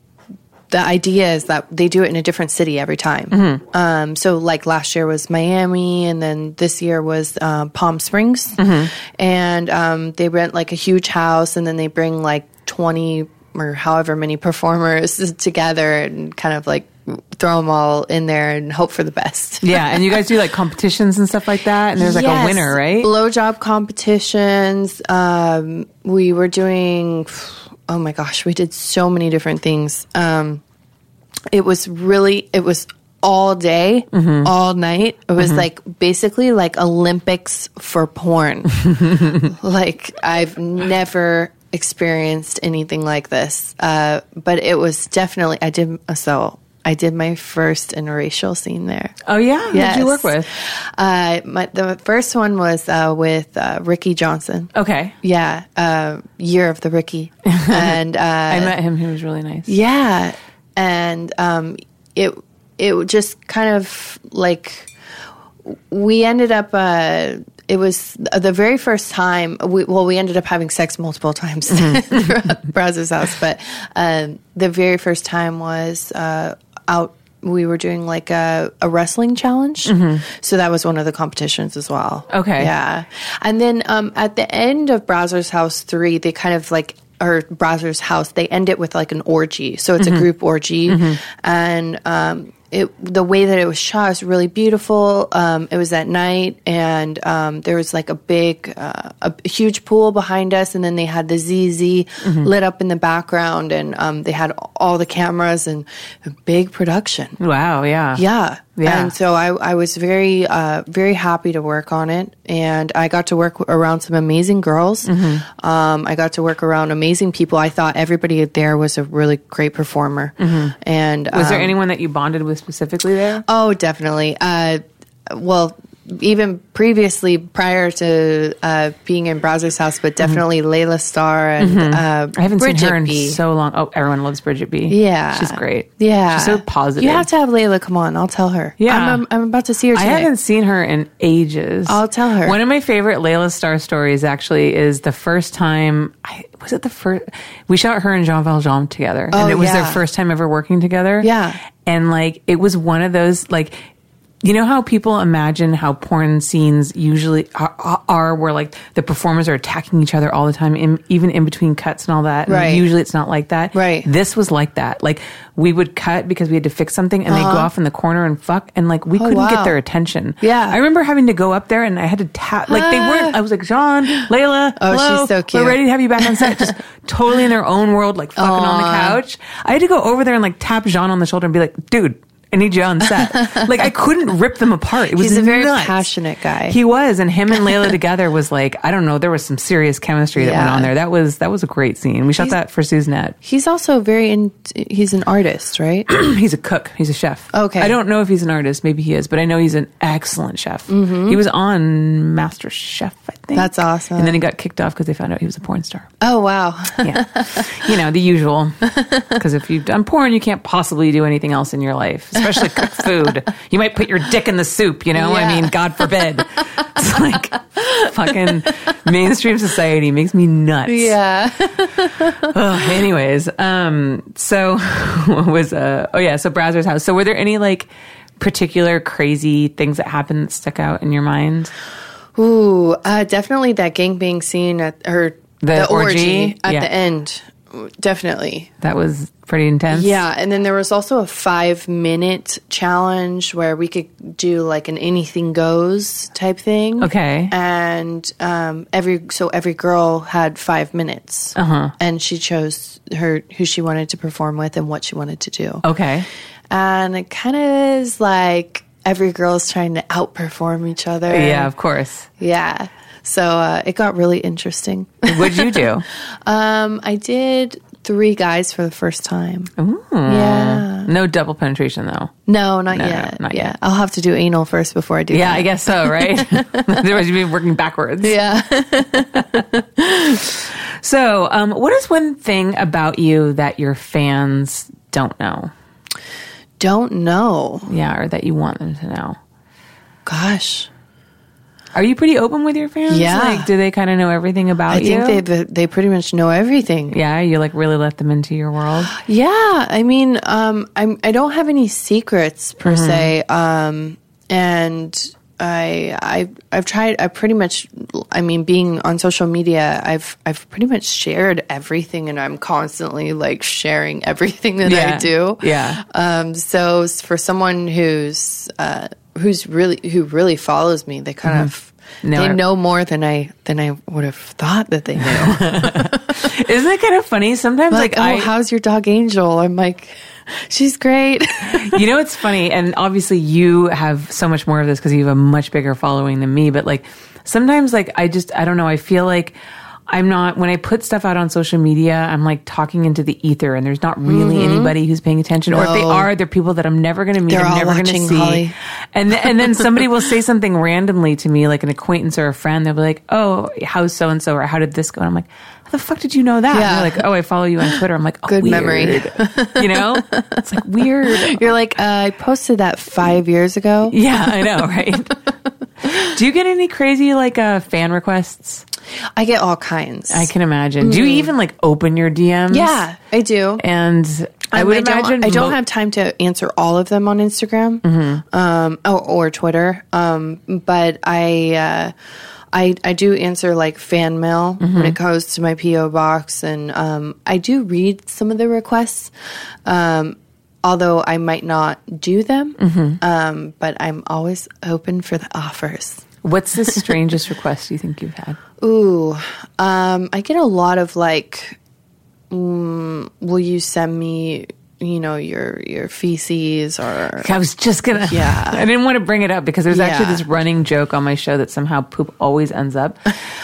S2: the idea is that they do it in a different city every time.
S1: Mm-hmm.
S2: Um, so, like last year was Miami, and then this year was uh, Palm Springs.
S1: Mm-hmm.
S2: And um, they rent like a huge house, and then they bring like 20 or however many performers together and kind of like throw them all in there and hope for the best.
S1: Yeah, and you guys do like competitions and stuff like that, and there's like a
S2: Yes.
S1: winner, right?
S2: Blowjob competitions. Um, we were doing, oh my gosh, we did so many different things. Um, it was really, it was all day,
S1: Mm-hmm.
S2: all night. It was like basically like Olympics for porn. like I've never experienced anything like this. Uh, but it was definitely, I did, so I did my first interracial scene there.
S1: Oh yeah,
S2: Yes.
S1: who'd you work with?
S2: Uh, my, the first one was uh, with uh, Ricky Johnson.
S1: Okay,
S2: Yeah, uh, year of the Ricky, and uh,
S1: I met him. He was really nice.
S2: yeah, and um, it it just kind of like we ended up. Uh, it was the very first time. We, well, we ended up having sex multiple times throughout Brazos house, but um, the very first time was uh, out. We were doing like a, a wrestling challenge, so that was one of the competitions as well.
S1: Okay.
S2: yeah, and then um, at the end of Browser's House Three, they kind of like or Browser's House, they end it with like an orgy, so it's a group orgy, and um, it the way that it was shot is really beautiful. Um, it was at night, and um, there was like a big, uh, a huge pool behind us, and then they had the ZZ lit up in the background, and um, they had all the cameras and a big production.
S1: Wow. Yeah.
S2: Yeah.
S1: Yeah.
S2: And so I, I was very, uh, very happy to work on it. And I got to work around some amazing girls.
S1: Mm-hmm.
S2: Um, I got to work around amazing people. I thought everybody there was a really great performer. And
S1: Mm-hmm. Was there
S2: um,
S1: anyone that you bonded with specifically there?
S2: Oh, definitely. Uh, well, even previously, prior to uh, being in Browser's house, but definitely Layla Starr and uh,
S1: Mm-hmm. I haven't
S2: Bridget
S1: seen her in
S2: B.
S1: so long. Oh, everyone loves Bridget B.
S2: Yeah.
S1: she's great.
S2: Yeah.
S1: she's so positive.
S2: You have to have Layla come on. I'll tell her.
S1: Yeah.
S2: I'm, I'm, I'm about to see her
S1: I
S2: today.
S1: haven't seen her in ages.
S2: I'll tell her.
S1: One of my favorite Layla Star stories actually is the first time I was it the first we shot her and Jean Valjean together.
S2: Oh,
S1: and it was their
S2: yeah.
S1: first time ever working together.
S2: Yeah.
S1: And like it was one of those like you know how people imagine how porn scenes usually are, are where like the performers are attacking each other all the time, in, even in between cuts and all that. and
S2: Right.
S1: usually it's not like that.
S2: Right.
S1: This was like that. Like we would cut because we had to fix something, and
S2: Uh-huh.
S1: they go off in the corner and fuck, and like we couldn't get
S2: wow.
S1: their attention.
S2: Yeah.
S1: I remember having to go up there and I had to tap, like they weren't, I was like, John, Layla,
S2: Oh, she's
S1: hello,
S2: so cute.
S1: We're ready to have you back on set. Just totally in their own world, like fucking on the couch. I had to go over there and like tap Jean on the shoulder and be like, dude, I need you on set. like I couldn't rip them apart. It was
S2: He's a very
S1: nuts.
S2: passionate guy.
S1: He was, and him and Layla together was like, I don't know, there was some serious chemistry that went
S2: Yeah.
S1: on there. That was that was a great scene. We shot that for Suzanette.
S2: He's also very in. He's an artist, right?
S1: he's a cook. He's a chef.
S2: Okay.
S1: I don't know if he's an artist. Maybe he is, but I know he's an excellent chef. He was on Master Chef, I think.
S2: Mm-hmm. That's awesome.
S1: And then he got kicked off because they found out he was a porn star.
S2: oh wow,
S1: Yeah. you know, the usual. Because if you've done porn, you can't possibly do anything else in your life, especially cook food. You might put your dick in the soup, you know? I
S2: Yeah.
S1: mean, God forbid. it's like fucking mainstream society makes me nuts.
S2: yeah.
S1: Ugh, anyways, um, so what was uh oh yeah, so Browser's house. So were there any like particular crazy things that happened that stuck out in your mind?
S2: Ooh, uh, definitely that gangbang scene at or
S1: The
S2: the,
S1: orgy?
S2: orgy, at
S1: Yeah.
S2: the end. Definitely.
S1: That was pretty intense.
S2: Yeah, and then there was also a five minute challenge where we could do like an anything goes type thing.
S1: Okay.
S2: And um, every so every girl had five minutes. Uh-huh. And she chose her who she wanted to perform with and what she wanted to do.
S1: Okay.
S2: and it kind of is like every girl's trying to outperform each other.
S1: Yeah, of course.
S2: yeah. So uh, it got really interesting.
S1: What'd you do?
S2: Um, I did three guys for the first time. Yeah.
S1: No double penetration though.
S2: No, not
S1: No, no,
S2: yet.
S1: not
S2: yeah.
S1: yet.
S2: I'll have to do anal first before I do.
S1: Yeah,
S2: that.
S1: I guess so, right? Otherwise you'd be working backwards.
S2: Yeah.
S1: So, um, what is one thing about you that your fans don't know?
S2: Don't know.
S1: Yeah, or that you want them to know?
S2: Gosh.
S1: Are you pretty open with your fans?
S2: Yeah.
S1: Like, do they kind of know everything about
S2: I
S1: you?
S2: think they they they pretty much know everything.
S1: yeah, you like really let them into your world.
S2: Yeah, I mean, um, I'm I don't have any secrets per
S1: Mm-hmm.
S2: se, um, and I I I've tried. I pretty much, I mean, being on social media, I've I've pretty much shared everything, and I'm constantly like sharing everything that I
S1: Yeah.
S2: do.
S1: Yeah.
S2: Um, so s- for someone who's uh, who's really who really follows me, they kind of
S1: Mm-hmm. Know
S2: they
S1: it.
S2: know more than I than I would have thought that they knew.
S1: Isn't it kind of funny? Sometimes,
S2: like,
S1: like,
S2: oh,
S1: I,
S2: how's your dog Angel? I'm like, she's great.
S1: you know, it's funny. And obviously, you have so much more of this because you have a much bigger following than me. But like, sometimes, like, I just, I don't know. I feel like I'm not, when I put stuff out on social media, I'm like talking into the ether and there's not really anybody who's paying attention. Or if they
S2: Mm-hmm. No.
S1: are, they're people that I'm never going to meet.
S2: They're
S1: I'm
S2: all
S1: never going to
S2: watching,
S1: see.
S2: Holly.
S1: And, th- and then somebody will say something randomly to me, like an acquaintance or a friend. They'll be like, oh, how's so and so? Or how did this go? And I'm like, how the fuck did you know that?
S2: Yeah.
S1: And they're like, oh, I follow you on Twitter. I'm like, oh,
S2: Good memory.
S1: weird. You know? It's like weird.
S2: You're like, uh, I posted that five years ago.
S1: Yeah, I know, right? Do you get any crazy like uh, fan requests?
S2: I get all kinds.
S1: I can imagine. Do you even like open your DMs?
S2: Mm. yeah, I do.
S1: and I
S2: Um,
S1: would
S2: don't-
S1: imagine
S2: I don't
S1: mo- Mm-hmm.
S2: have time to answer all of them on Instagram um, or, or Twitter, um, but I, uh, I I do answer like fan mail when
S1: Mm-hmm.
S2: it goes to my PO box, and um, I do read some of the requests. Um, although I might not do them,
S1: Mm-hmm.
S2: um, but I'm always open for the offers.
S1: What's the strangest request you think you've had?
S2: Ooh, um, I get a lot of like, mm, will you send me, you know, your your feces or
S1: I was just gonna.
S2: Yeah.
S1: I didn't want to bring it up because there's actually
S2: Yeah.
S1: this running joke on my show that somehow poop always ends up.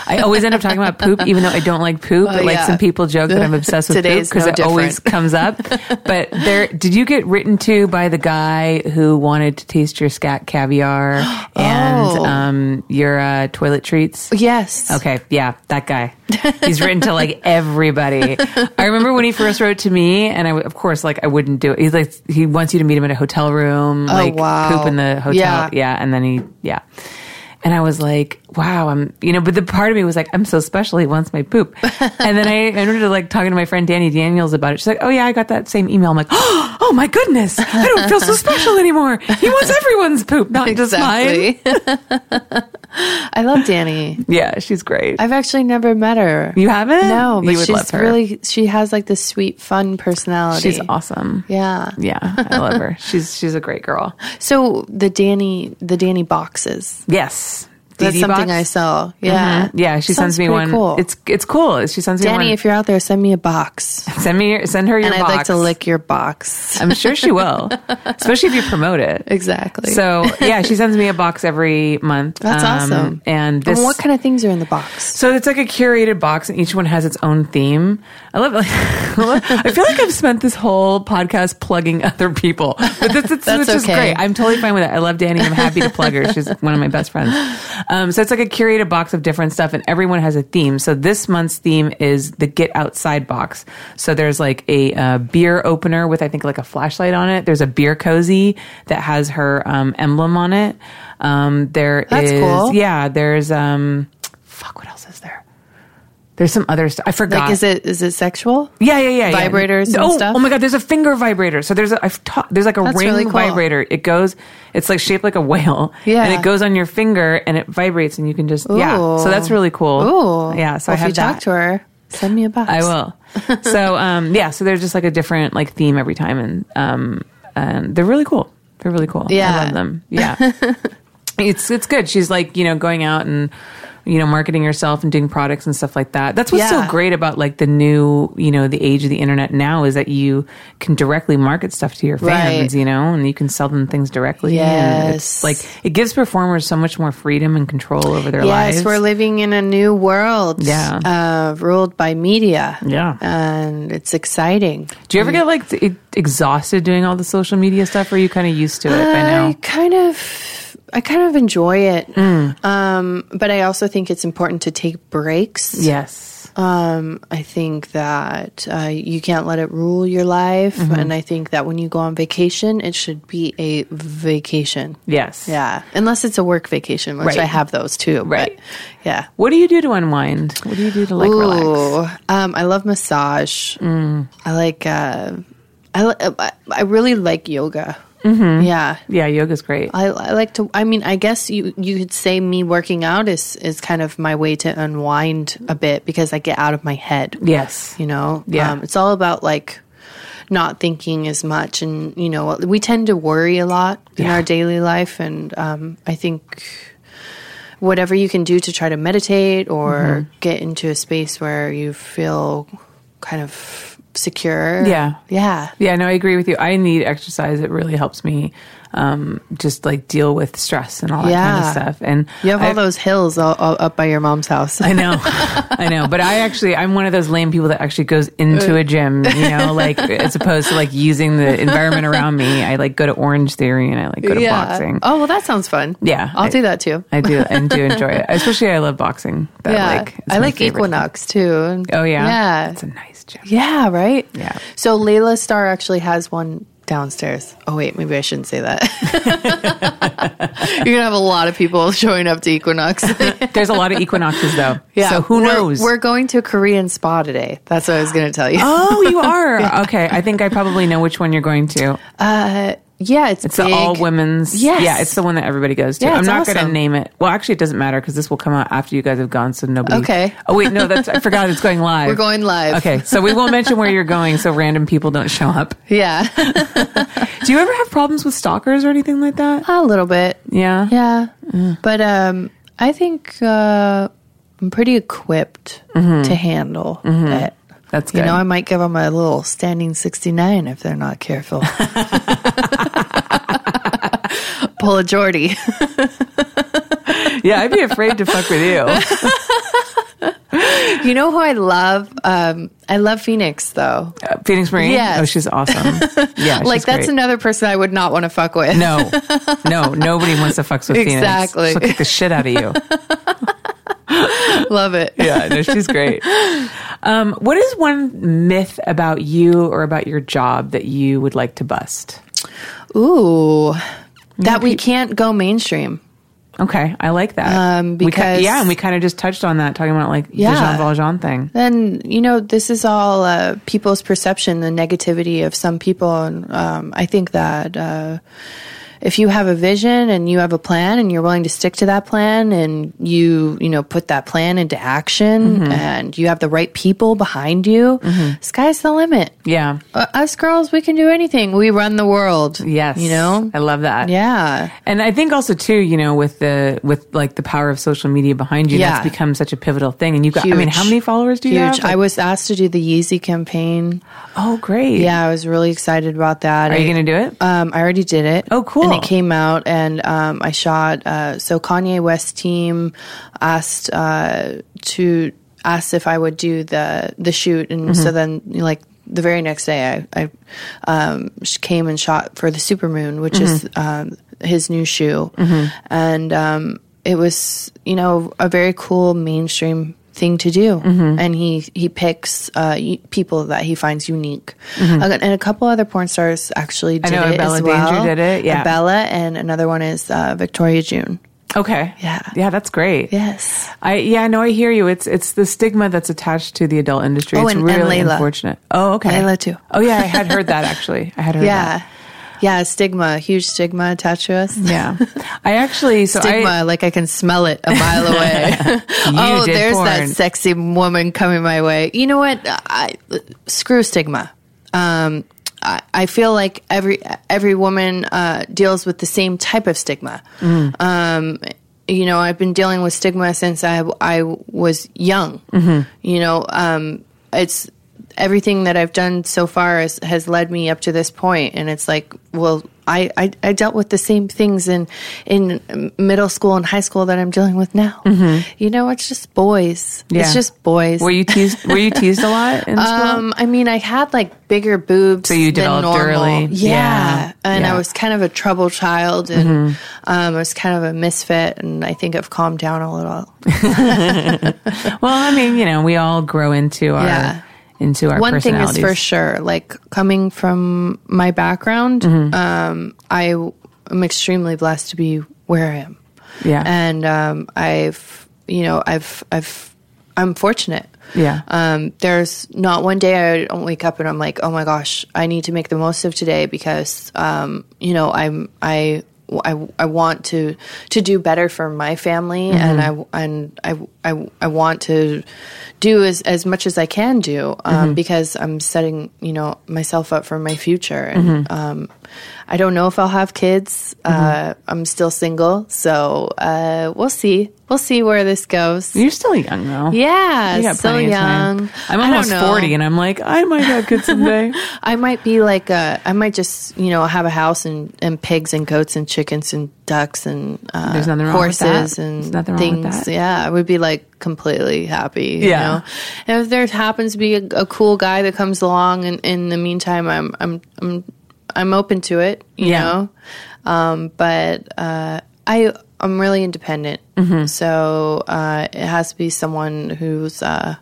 S1: I always end up talking about poop, even though I don't like poop. but like
S2: Oh, yeah.
S1: some people joke that I'm obsessed with poop
S2: Today's
S1: because
S2: no
S1: it always comes up. But there, did you get written to by the guy who wanted to taste your scat caviar and
S2: Oh.
S1: um, your uh, toilet treats?
S2: yes,
S1: Okay, yeah, that guy. He's written to like everybody. I remember when he first wrote to me, and I, w- of course, like I wouldn't do it. He's like, he wants you to meet him in a hotel room, like
S2: Oh, wow.
S1: poop in the hotel,
S2: Yeah.
S1: yeah, and then he, yeah. And I was like, wow, I'm, you know, but the part of me was like, I'm so special. He wants my poop. And then I ended up like talking to my friend Danny Daniels about it. She's like, oh yeah, I got that same email. I'm like, oh my goodness, I don't feel so special anymore. He wants everyone's poop, not just mine.
S2: exactly. I love Danny.
S1: Yeah, she's great.
S2: I've actually never met her.
S1: you haven't?
S2: no, but
S1: you would
S2: she's
S1: love her.
S2: really she has like this sweet, fun personality.
S1: She's awesome.
S2: Yeah.
S1: Yeah, I love her. She's she's a great girl.
S2: So the Danny, the Danny boxes.
S1: Yes.
S2: That's
S1: DD
S2: something
S1: box? Mm-hmm.
S2: I sell. Mm-hmm. Yeah.
S1: Yeah, she
S2: Sounds
S1: sends me one.
S2: pretty Cool.
S1: It's it's cool. She sends me
S2: Danny,
S1: one.
S2: if you're out there, send me a box,
S1: send me your, send her your
S2: and
S1: box.
S2: I'd like to lick your box.
S1: I'm sure she will, especially if you promote it.
S2: Exactly.
S1: So yeah, she sends me a box every month. Um,
S2: That's awesome.
S1: And this
S2: And what kind of things are in the box?
S1: So it's like a curated box, and each one has its own theme. I love. Like, I feel like I've spent this whole podcast plugging other people, but this, it's,
S2: That's
S1: which is
S2: okay.
S1: great. I'm totally fine with it. I love Danny. I'm happy to plug her. She's one of my best friends. Um, so it's like a curated box of different stuff, and everyone has a theme. So this month's theme is the Get Outside box. So there's like a uh, beer opener with I think like a flashlight on it. There's a beer cozy that has her um, emblem on it. Um, there
S2: That's
S1: is-
S2: cool.
S1: yeah, there's um fuck what else is there? There's some other stuff. I forgot.
S2: Like, is it is it sexual?
S1: yeah, yeah, yeah, yeah.
S2: vibrators and
S1: oh,
S2: stuff?
S1: oh my god, there's a finger vibrator. So there's a I've ta- there's like a
S2: That's
S1: ring
S2: really cool.
S1: vibrator. It goes, it's like shaped like a whale.
S2: Yeah.
S1: and it goes on your finger and it vibrates, and you can just yeah.
S2: Ooh.
S1: So that's really cool.
S2: Ooh.
S1: yeah. So
S2: Well,
S1: I have
S2: if you
S1: that.
S2: talk to her, send me a box.
S1: I will. so um, yeah, so there's just like a different like theme every time, and um, and they're really cool. They're really cool. I
S2: Yeah.
S1: love them. Yeah, it's it's good. She's like you know going out and you know marketing herself and doing products and stuff like that. That's what's so
S2: Yeah.
S1: great about like the new you know the age of the internet now is that you can directly market stuff to your fans.
S2: Right.
S1: You know, and you can sell them things directly. and it's
S2: Yes.
S1: like it gives performers so much more freedom and control over their
S2: Yes,
S1: lives.
S2: we're living in a new world.
S1: Yeah.
S2: Uh, ruled by media.
S1: Yeah.
S2: And it's exciting.
S1: Do you ever get like e- exhausted doing all the social media stuff? Or are you kind of used to it by
S2: I
S1: now?
S2: kind of I kind of
S1: Hmm.
S2: enjoy it. Um, but I also think it's important to take breaks.
S1: Yes.
S2: Um, I think that uh, you can't let it rule your life,
S1: Mm-hmm.
S2: and I think that when you go on vacation, it should be a vacation.
S1: Yes.
S2: Yeah, unless it's a work vacation, which
S1: Right.
S2: I have those too. but
S1: Right.
S2: yeah.
S1: What do you do to unwind? What do you do to like relax? Mm.
S2: Ooh, um, I love massage. I like. Uh, I li- I I really like yoga.
S1: Mm-hmm.
S2: Yeah,
S1: Yeah, yoga's great.
S2: I, I like to. I mean, I guess you you could say me working out is is kind of my way to unwind a bit because I get out of my head.
S1: yes.
S2: You know,
S1: Yeah.
S2: um, it's all about like not thinking as much, and you know, we tend to worry a lot in
S1: Yeah.
S2: our daily life, and um, I think whatever you can do to try to meditate or
S1: Mm-hmm.
S2: get into a space where you feel kind of secure.
S1: Yeah.
S2: yeah,
S1: Yeah, no, I agree with you. I need exercise. It really helps me um, just like deal with stress and all that kind
S2: Yeah.
S1: of stuff. And
S2: You have all
S1: I-
S2: those hills all, all up by your mom's house.
S1: I know, I know. But I actually, I'm one of those lame people that actually goes into a gym, you know, like as opposed to like using the environment around me. I like go to Orange Theory and I like go to boxing.
S2: Oh, well, that sounds fun.
S1: Yeah,
S2: I'll
S1: I-
S2: do that too.
S1: I do and do enjoy it. Especially, I love boxing. That,
S2: yeah.
S1: like, is
S2: I
S1: my favorite
S2: like
S1: thing.
S2: Equinox too.
S1: Oh yeah,
S2: Yeah.
S1: it's a nice gym.
S2: yeah, right?
S1: Yeah.
S2: So Layla Star actually has one downstairs. Oh, wait, maybe I shouldn't say that. You're going to have a lot of people showing up to Equinox.
S1: There's a lot of Equinoxes though.
S2: yeah.
S1: So who
S2: We're-
S1: knows?
S2: We're going to a Korean spa today. That's what I was going to tell you.
S1: oh, you are okay. I think I probably know which one you're going to.
S2: Uh, yeah, it's,
S1: It's the all
S2: big.
S1: women's.
S2: Yes.
S1: Yeah, it's the one that everybody goes to.
S2: Yeah,
S1: I'm
S2: it's
S1: not going
S2: awesome.
S1: to name it. Well, actually, it doesn't matter because this will come out after you guys have gone, so nobody.
S2: Okay.
S1: Oh wait, no, that's I forgot. It's going live.
S2: We're going live.
S1: Okay, so we won't mention where you're going, so random people don't show up.
S2: Yeah.
S1: Do you ever have problems with stalkers or anything like that?
S2: a little bit.
S1: Yeah.
S2: Yeah.
S1: Mm.
S2: But um, I think uh, I'm pretty equipped
S1: Mm-hmm.
S2: to handle it.
S1: That's
S2: You
S1: good.
S2: know, I might give them a little standing 69 if they're not careful. Pull a Jordy.
S1: yeah, I'd be afraid to fuck with you.
S2: you know who I love? Um, I love Phoenix, though.
S1: Uh, Phoenix Marine.
S2: Yes.
S1: Oh, she's awesome. Yeah.
S2: like,
S1: she's
S2: that's
S1: great.
S2: another person I would not want to fuck with.
S1: No, no, nobody wants to fuck with Phoenix.
S2: Exactly.
S1: She'll kick the shit out of you.
S2: love it.
S1: yeah, no, she's great. Um, what is one myth about you or about your job that you would like to bust?
S2: Ooh. That we can't go mainstream.
S1: Okay, I like that.
S2: Um,
S1: We ki-
S2: because-
S1: yeah, and we kind of just touched on that, talking about like
S2: Yeah.
S1: the Jean Valjean thing.
S2: And you know, this is all uh, people's perception, the negativity of some people, and um, I think that uh, if you have a vision and you have a plan and you're willing to stick to that plan and you you know put that plan into action
S1: Mm-hmm.
S2: and you have the right people behind you, sky's the limit.
S1: Yeah.
S2: Uh, us girls, we can do anything. We run the world.
S1: Yes.
S2: you know.
S1: I love that.
S2: Yeah,
S1: And I think also too, you know, with the with like the power of social media behind you,
S2: Yeah.
S1: that's become such a pivotal thing. And you've got, I mean,
S2: Huge.
S1: how many followers do you
S2: huge.
S1: have?
S2: I
S1: Like-
S2: was asked to do the Yeezy campaign.
S1: oh, great.
S2: Yeah, I was really excited about that.
S1: Are you
S2: I-
S1: going to do it?
S2: Um, I already did it.
S1: Oh, cool.
S2: And it came out, and um, I shot. Uh, so Kanye West team asked uh, to asked if I would do the the shoot, and
S1: Mm-hmm.
S2: so then you know, like the very next day, I, I um, sh- came and shot for the Supermoon, which is
S1: Mm-hmm.
S2: um, his new shoe, and um, it was you know a very cool mainstream thing to do
S1: Mm-hmm.
S2: and he he picks uh y- people that he finds unique Uh, and a couple other porn stars actually
S1: Mm-hmm. I
S2: did
S1: know
S2: it
S1: Bella
S2: as
S1: Danger
S2: well.
S1: did it, yeah.
S2: Bella, and another one is uh, Victoria June.
S1: Okay.
S2: Yeah.
S1: Yeah, that's great.
S2: Yes.
S1: I yeah, no, I hear you. It's it's the stigma that's attached to the adult industry.
S2: Oh,
S1: it's
S2: and- and
S1: really
S2: Layla.
S1: unfortunate. Oh, okay.
S2: Layla, too.
S1: Oh yeah, I had heard that actually. I had heard
S2: Yeah.
S1: that.
S2: Yeah. Stigma, huge stigma attached to us.
S1: Yeah. I actually so
S2: Stigma,
S1: I
S2: like I can smell it a mile away. oh,
S1: did
S2: there's that
S1: porn.
S2: sexy woman coming my way. You know what? I screw stigma. Um, I, I feel like every every woman uh, deals with the same type of stigma.
S1: Mm.
S2: Um, you know, I've been dealing
S1: Mm-hmm.
S2: with stigma since I I was young. You know, um, it's everything that I've done so far has, has led me up to this point, and it's like, well, I, I, I dealt with the same things in in middle school and high school that I'm dealing with now. You know, it's just boys.
S1: Mm-hmm. Yeah.
S2: It's just boys.
S1: Were you teased? Were you teased a lot in school?
S2: Um, I mean, I had like bigger boobs. So
S1: you
S2: than
S1: developed
S2: normal.
S1: early.
S2: yeah.
S1: Yeah.
S2: And
S1: Yeah. Mm-hmm.
S2: I was kind of a trouble child, and um, I was kind of a misfit. And I think I've calmed down a little.
S1: Well, I mean, you know, we all grow into our
S2: Yeah.
S1: into our
S2: One thing is
S1: personalities.
S2: for sure, like coming from my background,
S1: Mm-hmm.
S2: um, I w- am extremely blessed to be where I am.
S1: Yeah.
S2: and um, I've, you know, I've, I've, I'm fortunate.
S1: yeah.
S2: Um, there's not one day I don't wake up and I'm like, oh my gosh, I need to make the most of today because, um, you know, I'm, I, I, I want to, to do better for my family and I, and I, I, I want to do as, as much as I can do, um, because I'm setting, you know, myself up for my future. And, um, I don't know if I'll have kids. Uh, I'm still single. So, uh, we'll see. We'll see where this goes.
S1: You're still young though.
S2: Yeah,
S1: You got
S2: still
S1: plenty of time.
S2: young.
S1: I'm
S2: I don't
S1: almost
S2: know.
S1: forty, and I'm like, I might have kids someday.
S2: I might be like a. I might just you know have a house and, and pigs and goats and chickens and ducks and uh,
S1: There's nothing wrong with
S2: horses
S1: that.
S2: and
S1: There's nothing wrong
S2: things.
S1: with that.
S2: Yeah, I would be like completely happy. You
S1: Yeah.
S2: know? and if there happens to be a, a cool guy that comes along, and in the meantime, I'm I'm I'm I'm open to it. You
S1: Yeah.
S2: know, um, but uh, I I'm really independent,
S1: Mm-hmm.
S2: so uh, it has to be someone who's uh,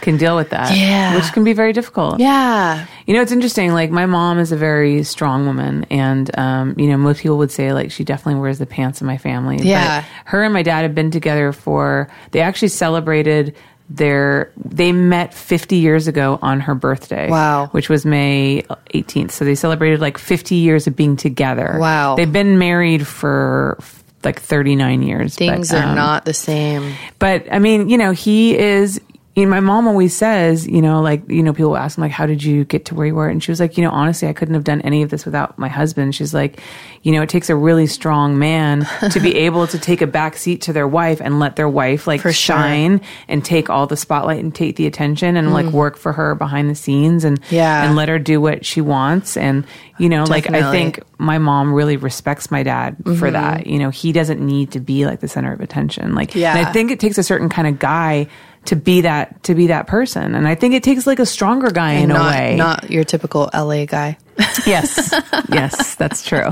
S1: can deal with that.
S2: Yeah.
S1: Which can be very difficult.
S2: yeah
S1: You know, it's interesting. Like, my mom is a very strong woman, and um, you know, most people would say like she definitely wears the pants in my family. But
S2: Yeah.
S1: her and my dad have been together for. They actually celebrated their. They met 50 years ago on her birthday.
S2: Wow.
S1: Which was May 18th. So they celebrated like 50 years of being together.
S2: Wow.
S1: They've been married for like 39 years. but,
S2: things are
S1: um,
S2: not the same.
S1: but I mean, you know, he is. You know, my mom always says, you know, like, you know, people ask him, like, how did you get to where you were? And she was like, you know, honestly, I couldn't have done any of this without my husband. She's like, you know, it takes a really strong man to be able to take a back seat to their wife and let their wife, like,
S2: sure.
S1: shine and take all the spotlight and take the attention and, like, work for her behind the scenes and,
S2: Mm. Yeah.
S1: and let her do what she wants. And, you know, like, I
S2: Definitely.
S1: think my mom really respects my dad for
S2: Mm-hmm.
S1: that. You know, he doesn't need to be, like, the center of attention. Like, and I
S2: Yeah.
S1: think it takes a certain kind of guy to be that to be that person. And I think it takes like a stronger guy in
S2: not,
S1: a way.
S2: Not your typical LA guy.
S1: yes. yes, that's true.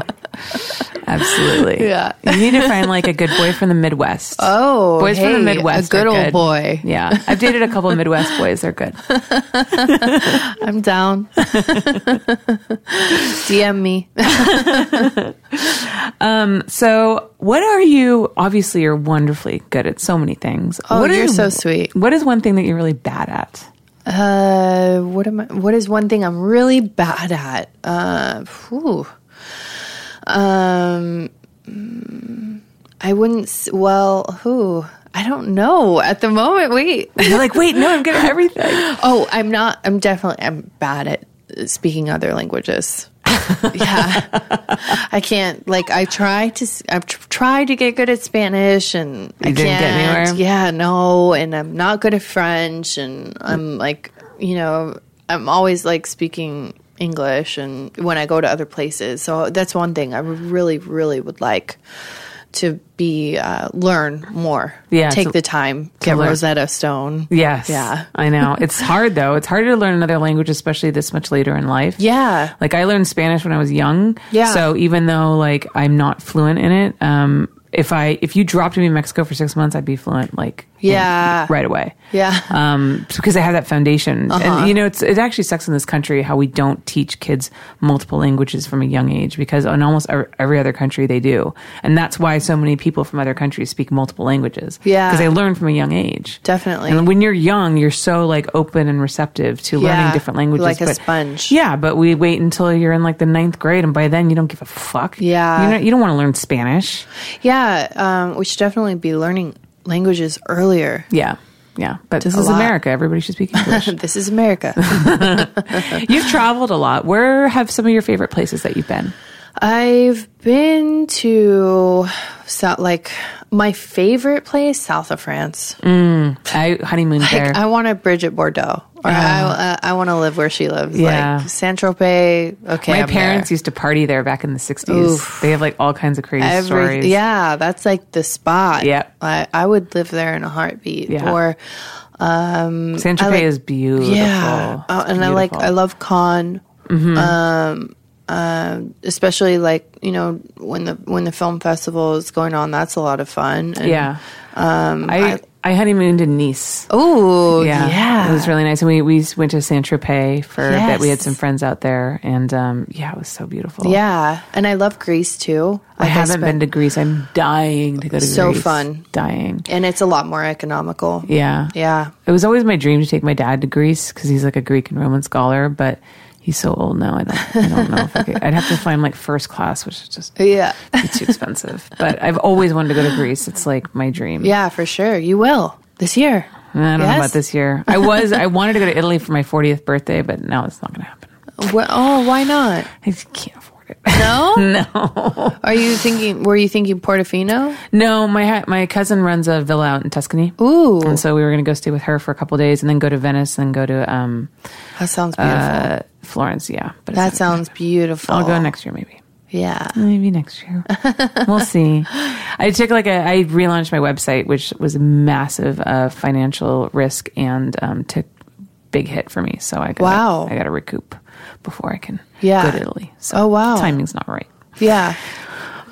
S1: Absolutely.
S2: Yeah.
S1: You need to find like a good boy from the Midwest.
S2: Oh,
S1: Boys from the
S2: hey,
S1: Midwest.
S2: a good
S1: are
S2: old boy.
S1: Yeah. I've dated a couple of Midwest boys. They're good.
S2: I'm down. DM me.
S1: So, what are you? Obviously, you're wonderfully good at so many things.
S2: Oh,
S1: What
S2: you're
S1: is-
S2: so sweet.
S1: What is one thing that you're really bad at?
S2: Uh, what am I? What is one thing I'm really bad at? Uh, whew. Um, mm, I wouldn't. s- Well, who? I don't know at the moment. Wait.
S1: You're like, wait, no, I'm good at everything.
S2: Oh, I'm not. I'm definitely. I'm bad at uh, speaking other languages. yeah, I can't. Like, I try to. s- I've tr- tried to get good at Spanish, and I
S1: You didn't get
S2: can't.
S1: anywhere?
S2: Yeah, no, and I'm not good at French, and I'm like, you know, I'm always like speaking English, and when I go to other places, so that's one thing I really, really would like to be uh, learn more.
S1: Yeah,
S2: take
S1: to-
S2: the time, get
S1: learn.
S2: Rosetta Stone.
S1: Yes.
S2: Yeah.
S1: I know. It's hard though. It's harder to learn another language, especially this much later in life.
S2: Yeah.
S1: Like I learned Spanish when I was young.
S2: Yeah.
S1: So even though like I'm not fluent in it, um, if I if you dropped me in Mexico for six months, I'd be fluent like in-
S2: Yeah.
S1: right away.
S2: Yeah. Uh-huh.
S1: Um, so- because I have that foundation, and you know, it's it actually sucks in this country how we don't teach kids multiple languages from a young age because in almost ev- every other country they do, and that's why so many people from other countries speak multiple languages.
S2: Yeah.
S1: because they learn from a young age.
S2: Definitely.
S1: And when you're young, you're so like open and receptive to learning
S2: Yeah,
S1: different languages,
S2: like a sponge.
S1: Yeah, but we wait until you're in like the ninth grade, and by then you don't give a fuck.
S2: Yeah.
S1: you know, you don't want to learn Spanish.
S2: Yeah, um, we should definitely be learning languages earlier.
S1: Yeah. Yeah, but this
S2: a
S1: is
S2: lot.
S1: America. Everybody should speak English.
S2: this is America.
S1: You've traveled a lot. Where have some of your favorite places that you've been?
S2: I've been to South, like my favorite place, south of France.
S1: I honeymooned there.
S2: I want a Bridget Bordeaux. Or I, uh, I want to live where she lives.
S1: Oh. Yeah.
S2: Like San Tropez. Okay.
S1: My
S2: I'm
S1: parents
S2: there.
S1: used to party there back in the 60s. They have like all kinds of crazy
S2: Every-
S1: stories.
S2: Yeah. That's like the spot.
S1: Yep.
S2: I, I would live there in a heartbeat.
S1: Yeah.
S2: Or,
S1: San Tropez is beautiful.
S2: yeah. Uh,
S1: It's
S2: and I like,
S1: beautiful.
S2: I love con.
S1: Mm-hmm.
S2: Um, um, especially like you know when the when the film festival is going on, that's a lot of fun. And-
S1: Yeah.
S2: Um,
S1: I, I, honeymooned in Nice.
S2: Oh
S1: yeah.
S2: yeah.
S1: It was really nice. And we, we went to Saint Tropez for a bit. We had
S2: Yes.
S1: some friends out there. And um, yeah, it was so beautiful.
S2: yeah. And I love Greece too.
S1: I
S2: Like,
S1: haven't
S2: spent-
S1: been to Greece. I'm dying to go to
S2: So
S1: Greece.
S2: fun.
S1: Dying.
S2: and it's a lot more economical.
S1: Yeah.
S2: Yeah.
S1: It was always my dream to take my dad to Greece because he's like a Greek and Roman scholar, but he's so old now. I don't, I don't know if I could. I'd have to find like first class, which is just
S2: Yeah.
S1: be too expensive. But I've always wanted to go to Greece. It's like my dream.
S2: Yeah, for sure. You will this year.
S1: I don't know
S2: Yes?
S1: about this year. I was I wanted to go to Italy for my 40th birthday, but now it's not going to happen.
S2: Well, oh, why not?
S1: I just can't afford it.
S2: No, no. Are you thinking? Were you thinking Portofino?
S1: no, my ha- my cousin runs a villa out in Tuscany.
S2: Ooh,
S1: And so we were going to go stay with her for a couple days and then go to Venice and go to um,
S2: that sounds beautiful.
S1: uh, Florence. Yeah. But it's
S2: that
S1: not-
S2: sounds beautiful.
S1: I'll go next year maybe.
S2: Yeah.
S1: Maybe next year. we'll see. I took like a, I relaunched my website, which was a massive uh, financial risk and um, took big hit for me. So I gotta,
S2: Wow.
S1: I got to recoup before I can
S2: Yeah.
S1: go to Italy. So
S2: Oh, wow.
S1: timing's not right.
S2: Yeah.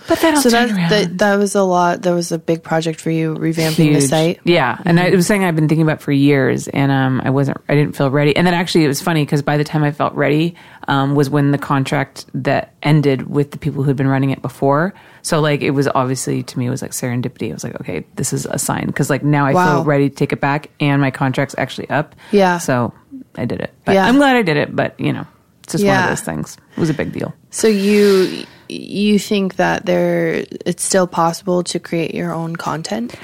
S1: But that'll
S2: So
S1: turn
S2: that, that that was a lot. That was a big project for you revamping the
S1: Huge.
S2: site. Mm-hmm.
S1: Yeah, and I, it was something I've been thinking about for years, and um, I wasn't, I didn't feel ready. And then actually, it was funny because by the time I felt ready, um, was when the contract that ended with the people who had been running it before. So like, it was obviously to me it was like serendipity. I was like, okay, this is a sign because like now I
S2: Wow.
S1: feel ready to take it back, and my contract's actually up.
S2: Yeah.
S1: so I did it. But
S2: Yeah.
S1: I'm glad I did it. But you know, it's just one
S2: Yeah.
S1: of those things. It was a big deal.
S2: So you you think that there it's still possible to create your own content?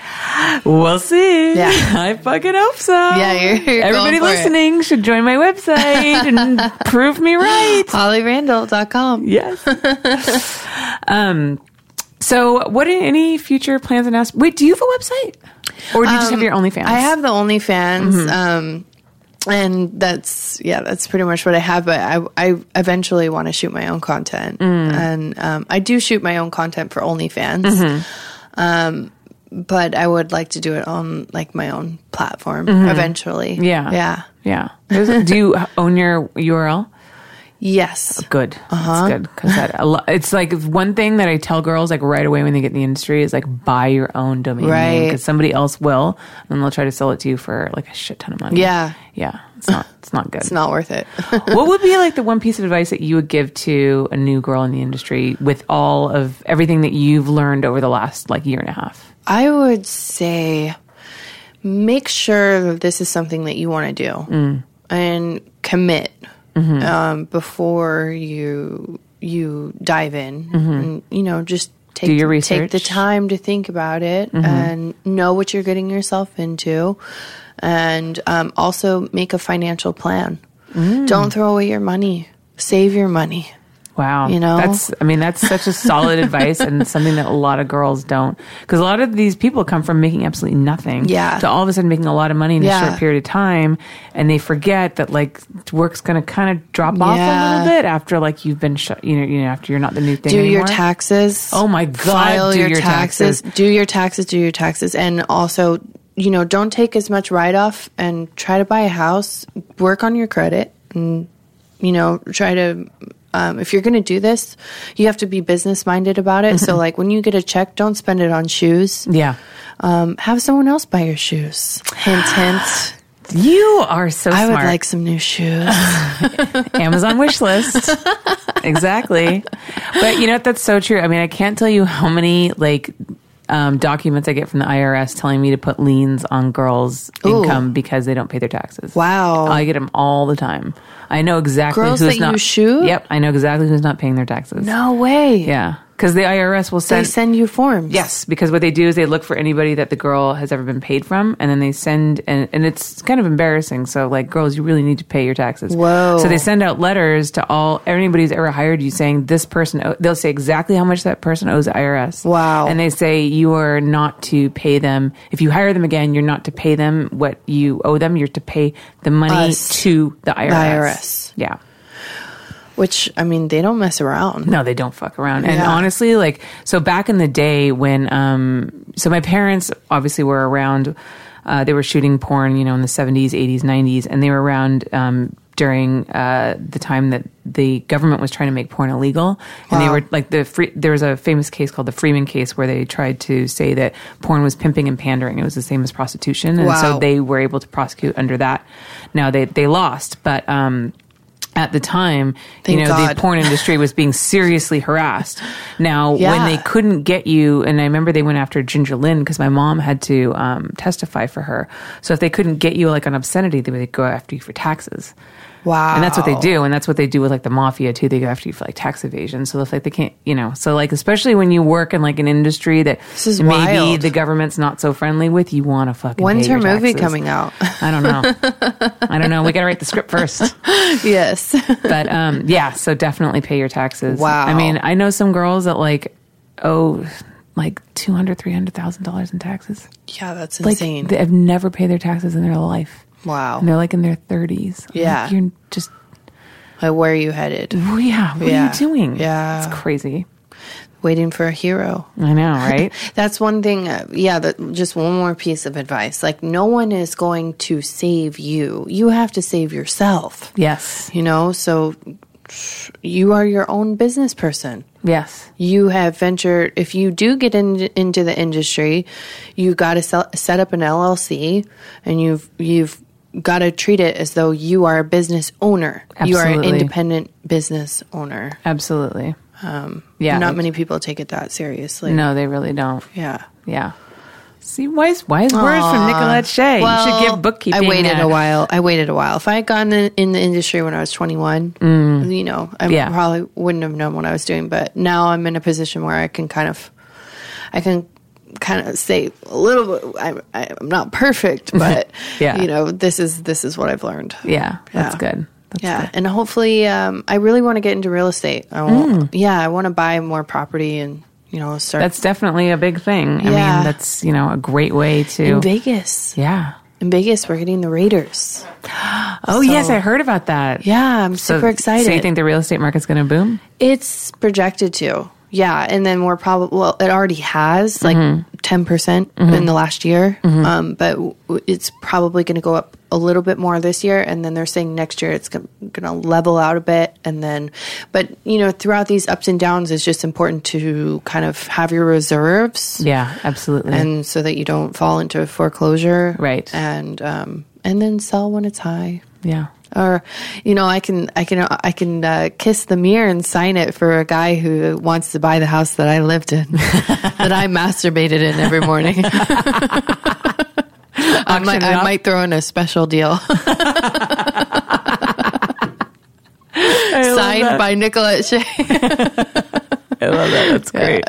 S1: We'll see.
S2: Yeah.
S1: I fucking hope so.
S2: Yeah, you're- you're
S1: Everybody
S2: going for it.
S1: listening should join my website and prove me right.
S2: HollyRandall.com.
S1: Yes. um, so, what are any future plans and aspirations? Wait, do you have a website, or do you just have your OnlyFans?
S2: Um,
S1: Mm-hmm.
S2: I have the OnlyFans. Um, and that's yeah, that's pretty much what I have. But I, I eventually want to shoot my own content,
S1: Mm.
S2: and um, I do shoot my own content for OnlyFans.
S1: Mm-hmm.
S2: Um, but I would like to do it on like my own platform eventually.
S1: Mm-hmm. Yeah.
S2: yeah,
S1: Yeah. There's- do you own your URL?
S2: yes.
S1: Good.
S2: Uh-huh.
S1: That's good because that a lot, it's like one thing that I tell girls like right away when they get in the industry is like buy your own domain
S2: Right.
S1: because somebody else will and they'll try to sell it to you for like a shit ton of money.
S2: Yeah.
S1: Yeah. It's not. It's not good.
S2: It's not worth it.
S1: what would be like the one piece of advice that you would give to a new girl in the industry with all of everything that you've learned over the last like year and a half?
S2: I would say make sure that this is something that you want to do and commit um, before you you dive in and you know just take
S1: your
S2: take the
S1: research.
S2: time to think about it and know what you're getting yourself into and um, also make a financial plan don't throw away your money save your money
S1: Wow.
S2: You know?
S1: that's, I mean, that's such a solid advice and something that a lot of girls don't. Because a lot of these people come from making absolutely nothing
S2: Yeah.
S1: to all of a sudden making a lot of money in
S2: Yeah.
S1: a short period of time. And they forget that like work's going to kind of drop off a
S2: Yeah.
S1: little bit after like you've been, sh- you know, you know, after you're not the new thing.
S2: do your
S1: anymore.
S2: taxes.
S1: Oh my God,
S2: File
S1: do
S2: your,
S1: your
S2: taxes. Do your taxes. Do your taxes. And also, you know, don't take as much write off and try to buy a house. Work on your credit and, you know, try to. Um, if you're going to do this, you have to be business minded about it. so, like when you get a check, don't spend it on shoes.
S1: Yeah.
S2: Um, have someone else buy your shoes. Hint, hint.
S1: You are so
S2: I would
S1: smart.
S2: like some new shoes.
S1: Amazon wish list. exactly. But you know what? That's so true. I mean, I can't tell you how many like um, documents I get from the IRS telling me to put liens on girls'
S2: Ooh.
S1: income because they don't pay their taxes.
S2: Wow.
S1: I get them all the time. I know exactly
S2: Girls
S1: who's
S2: that
S1: not.
S2: you shoot?
S1: Yep, I know exactly who's not paying their taxes.
S2: no way.
S1: Yeah. because the IRS will
S2: They
S1: send.
S2: send you forms.
S1: Yes, because what they do is they look for anybody that the girl has ever been paid from, and then they send and, and it's kind of embarrassing. So like, girls, you really need to pay your taxes.
S2: Whoa.
S1: So they send out letters to all anybody who's ever hired you, saying this person. o- They'll say exactly how much that person owes the IRS.
S2: Wow.
S1: And they say you are not to pay them. If you hire them again, you're not to pay them what you owe them. You're to pay the money
S2: Us.
S1: to the IRS.
S2: IRS.
S1: Yeah.
S2: Which I mean, they don't mess around.
S1: No, they don't fuck around. And
S2: Yeah.
S1: honestly, like so back in the day when um so my parents obviously were around uh they were shooting porn, you know, in the 70s, 80s, 90s and they were around um during uh the time that the government was trying to make porn illegal and they
S2: Wow.
S1: were like the free, there was a famous case called the Freeman case where they tried to say that porn was pimping and pandering. It was the same as prostitution and so
S2: Wow.
S1: they were able to prosecute under that. Now they they lost, but um at the time,
S2: Thank
S1: you know,
S2: God.
S1: the porn industry was being seriously harassed. Now, when
S2: Yeah.
S1: they couldn't get you, and I remember they went after Ginger Lynn because my mom had to um, testify for her. So if they couldn't get you like on obscenity, they would go after you for taxes.
S2: Wow.
S1: And that's what they do, and that's what they do with like the mafia too. They go after you for like tax evasion. So if like they can't, you know, so like especially when you work in like an industry that
S2: is
S1: maybe
S2: wild.
S1: the government's not so friendly with, you want to fucking.
S2: When's
S1: pay
S2: her
S1: your
S2: movie
S1: taxes.
S2: coming out?
S1: I don't know. I don't know. We gotta write the script first
S2: yes.
S1: but um, yeah, so definitely pay your taxes.
S2: Wow.
S1: I mean, I know some girls that like owe like two hundred, three hundred thousand dollars in taxes.
S2: yeah, that's
S1: Like
S2: insane.
S1: they have never paid their taxes in their life.
S2: wow.
S1: And they're like in their thirties.
S2: Yeah.
S1: you're just
S2: Like, where are you headed?
S1: oh, yeah. What
S2: Yeah.
S1: are you doing?
S2: Yeah.
S1: it's crazy.
S2: Waiting for a hero.
S1: I know, right?
S2: That's one thing. Uh, yeah, that, just one more piece of advice. Like, no one is going to save you. You have to save yourself.
S1: yes,
S2: You know, so you are your own business person.
S1: yes.
S2: You have ventured. If you do get in, into the industry, you got to set up an LLC, and you've you've got to treat it as though you are a business owner. You are an
S1: Absolutely.
S2: independent business owner.
S1: Absolutely. Um, yeah. Mm.
S2: Not many people take it that seriously.
S1: no, they really don't.
S2: Yeah.
S1: Yeah. See, wise, wise words from Nicolette Shea. you should give bookkeeping.
S2: I waited
S1: a-
S2: a while. I waited a while. If I had gotten in, in the industry when I was 21, you know, I
S1: Mm. Yeah.
S2: probably wouldn't have known what I was doing. But now I'm in a position where I can kind of, I can kind of say a little bit. I'm, I'm not perfect, but
S1: Yeah.
S2: you know, this is this is what I've learned.
S1: Yeah, that's
S2: Yeah.
S1: good. That's
S2: yeah, and hopefully, um, I really want to get into real estate. I want, Yeah, I want to buy more property and you know start
S1: Mm. That's definitely a big thing. I
S2: Yeah.
S1: mean, that's, you know, a great way to.
S2: in Vegas.
S1: yeah.
S2: In Vegas, we're getting the Raiders.
S1: Oh, yes,
S2: So-
S1: I heard about that.
S2: Yeah, I'm
S1: So-
S2: super excited.
S1: So you think the real estate market's going to boom?
S2: It's projected to. Yeah, and then we're probably well. It already has like 10 percent in the last year, um, but w- it's probably going to go up a little bit more this year. And then they're saying next year it's going to level out a bit. And then, but you know, throughout these ups and downs, it's just important to kind of have your reserves,
S1: Yeah, absolutely.
S2: and so that you don't fall into foreclosure,
S1: Mm-hmm. Right.
S2: And um, and then sell when it's high
S1: yeah.
S2: or you know i can i can i can uh, kiss the mirror and sign it for a guy who wants to buy the house that i lived in that i masturbated in every morning I, might,
S1: it
S2: I
S1: off?
S2: might throw in a special deal signed by nicolette Shea.
S1: I love that. That's great.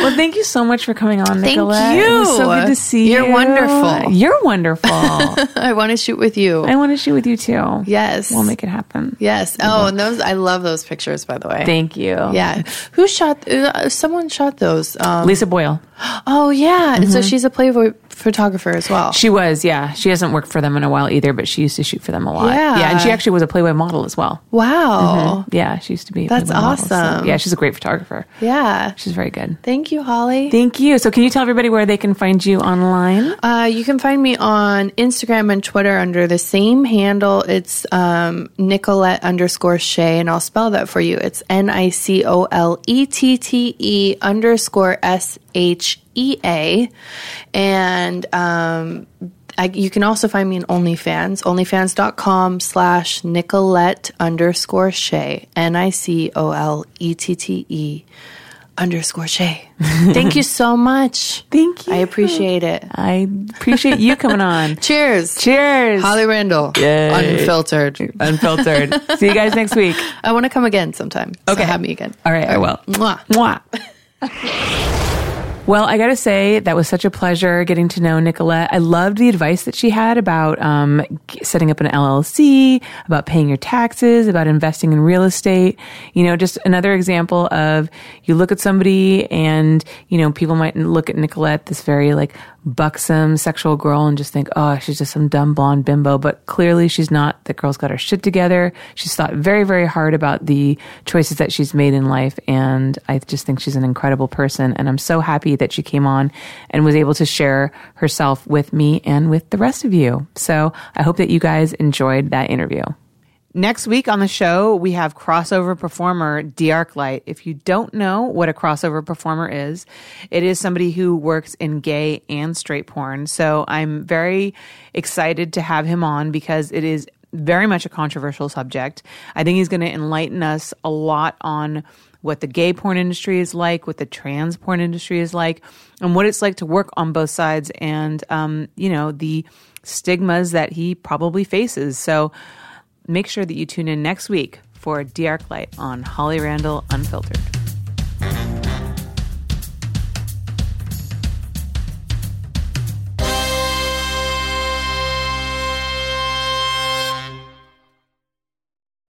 S1: well, thank you so much for coming on, Nicolette. It was so
S2: you.
S1: good to see
S2: You're
S1: you.
S2: wonderful.
S1: You're wonderful. I
S2: i want to shoot with you
S1: want to shoot with you too.
S2: yes
S1: We'll make it happen.
S2: yes oh and those i love those pictures by the way
S1: Thank you.
S2: yeah who shot uh, someone shot those um
S1: Lisa Boyle.
S2: Oh yeah, and so she's a Playboy photographer as well.
S1: Mm-hmm. She was, yeah. She hasn't worked for them in a while either, but she used to shoot for them a lot.
S2: Yeah.
S1: Yeah. And she actually was a Playboy model as well.
S2: wow.
S1: Yeah, she used to be. a
S2: That's
S1: Playboy model, so-
S2: awesome.
S1: yeah, she's a great photographer.
S2: Yeah.
S1: She's very good.
S2: Thank you, Holly.
S1: Thank you. So, can you tell everybody where they can find you online?
S2: uh, you can find me on Instagram and Twitter under the same handle. It's um, Nicolette underscore Shea, and I'll spell that for you. It's N I C O L E T T E underscore S H E A, and um, I, you can also find me in OnlyFans, onlyfans.com slash Nicolette underscore Shea, N I C O L E T T E underscore Shay. Thank you so much.
S1: Thank you.
S2: I appreciate it.
S1: I appreciate you coming on.
S2: Cheers.
S1: Cheers.
S2: Holly Randall.
S1: Yay.
S2: Unfiltered.
S1: Unfiltered. See you guys next week.
S2: I want to come again sometime. Okay. have me again.
S1: All right, I will.
S2: Mwah.
S1: Mwah. well, I got to say, that was such a pleasure getting to know Nicolette. I loved the advice that she had about um, g- setting up an LLC, about paying your taxes, about investing in real estate. You know, just another example of you look at somebody and, you know, people might look at Nicolette, this very like buxom sexual girl, and just think, oh, she's just some dumb blonde bimbo. But clearly she's not. The girl's got her shit together. She's thought very, very hard about the choices that she's made in life. And I just think she's an incredible person. And I'm so happy that she came on and was able to share herself with me and with the rest of you. So I hope that you guys enjoyed that interview. Next week on the show, we have crossover performer D'Arc Light. If you don't know what a crossover performer is, it is somebody who works in gay and straight porn. So I'm very excited to have him on because it is very much a controversial subject. I think he's going to enlighten us a lot on what the gay porn industry is like, what the trans porn industry is like, and what it's like to work on both sides and, um, you know, the stigmas that he probably faces. So, make sure that you tune in next week for Dark Light on Holly Randall Unfiltered.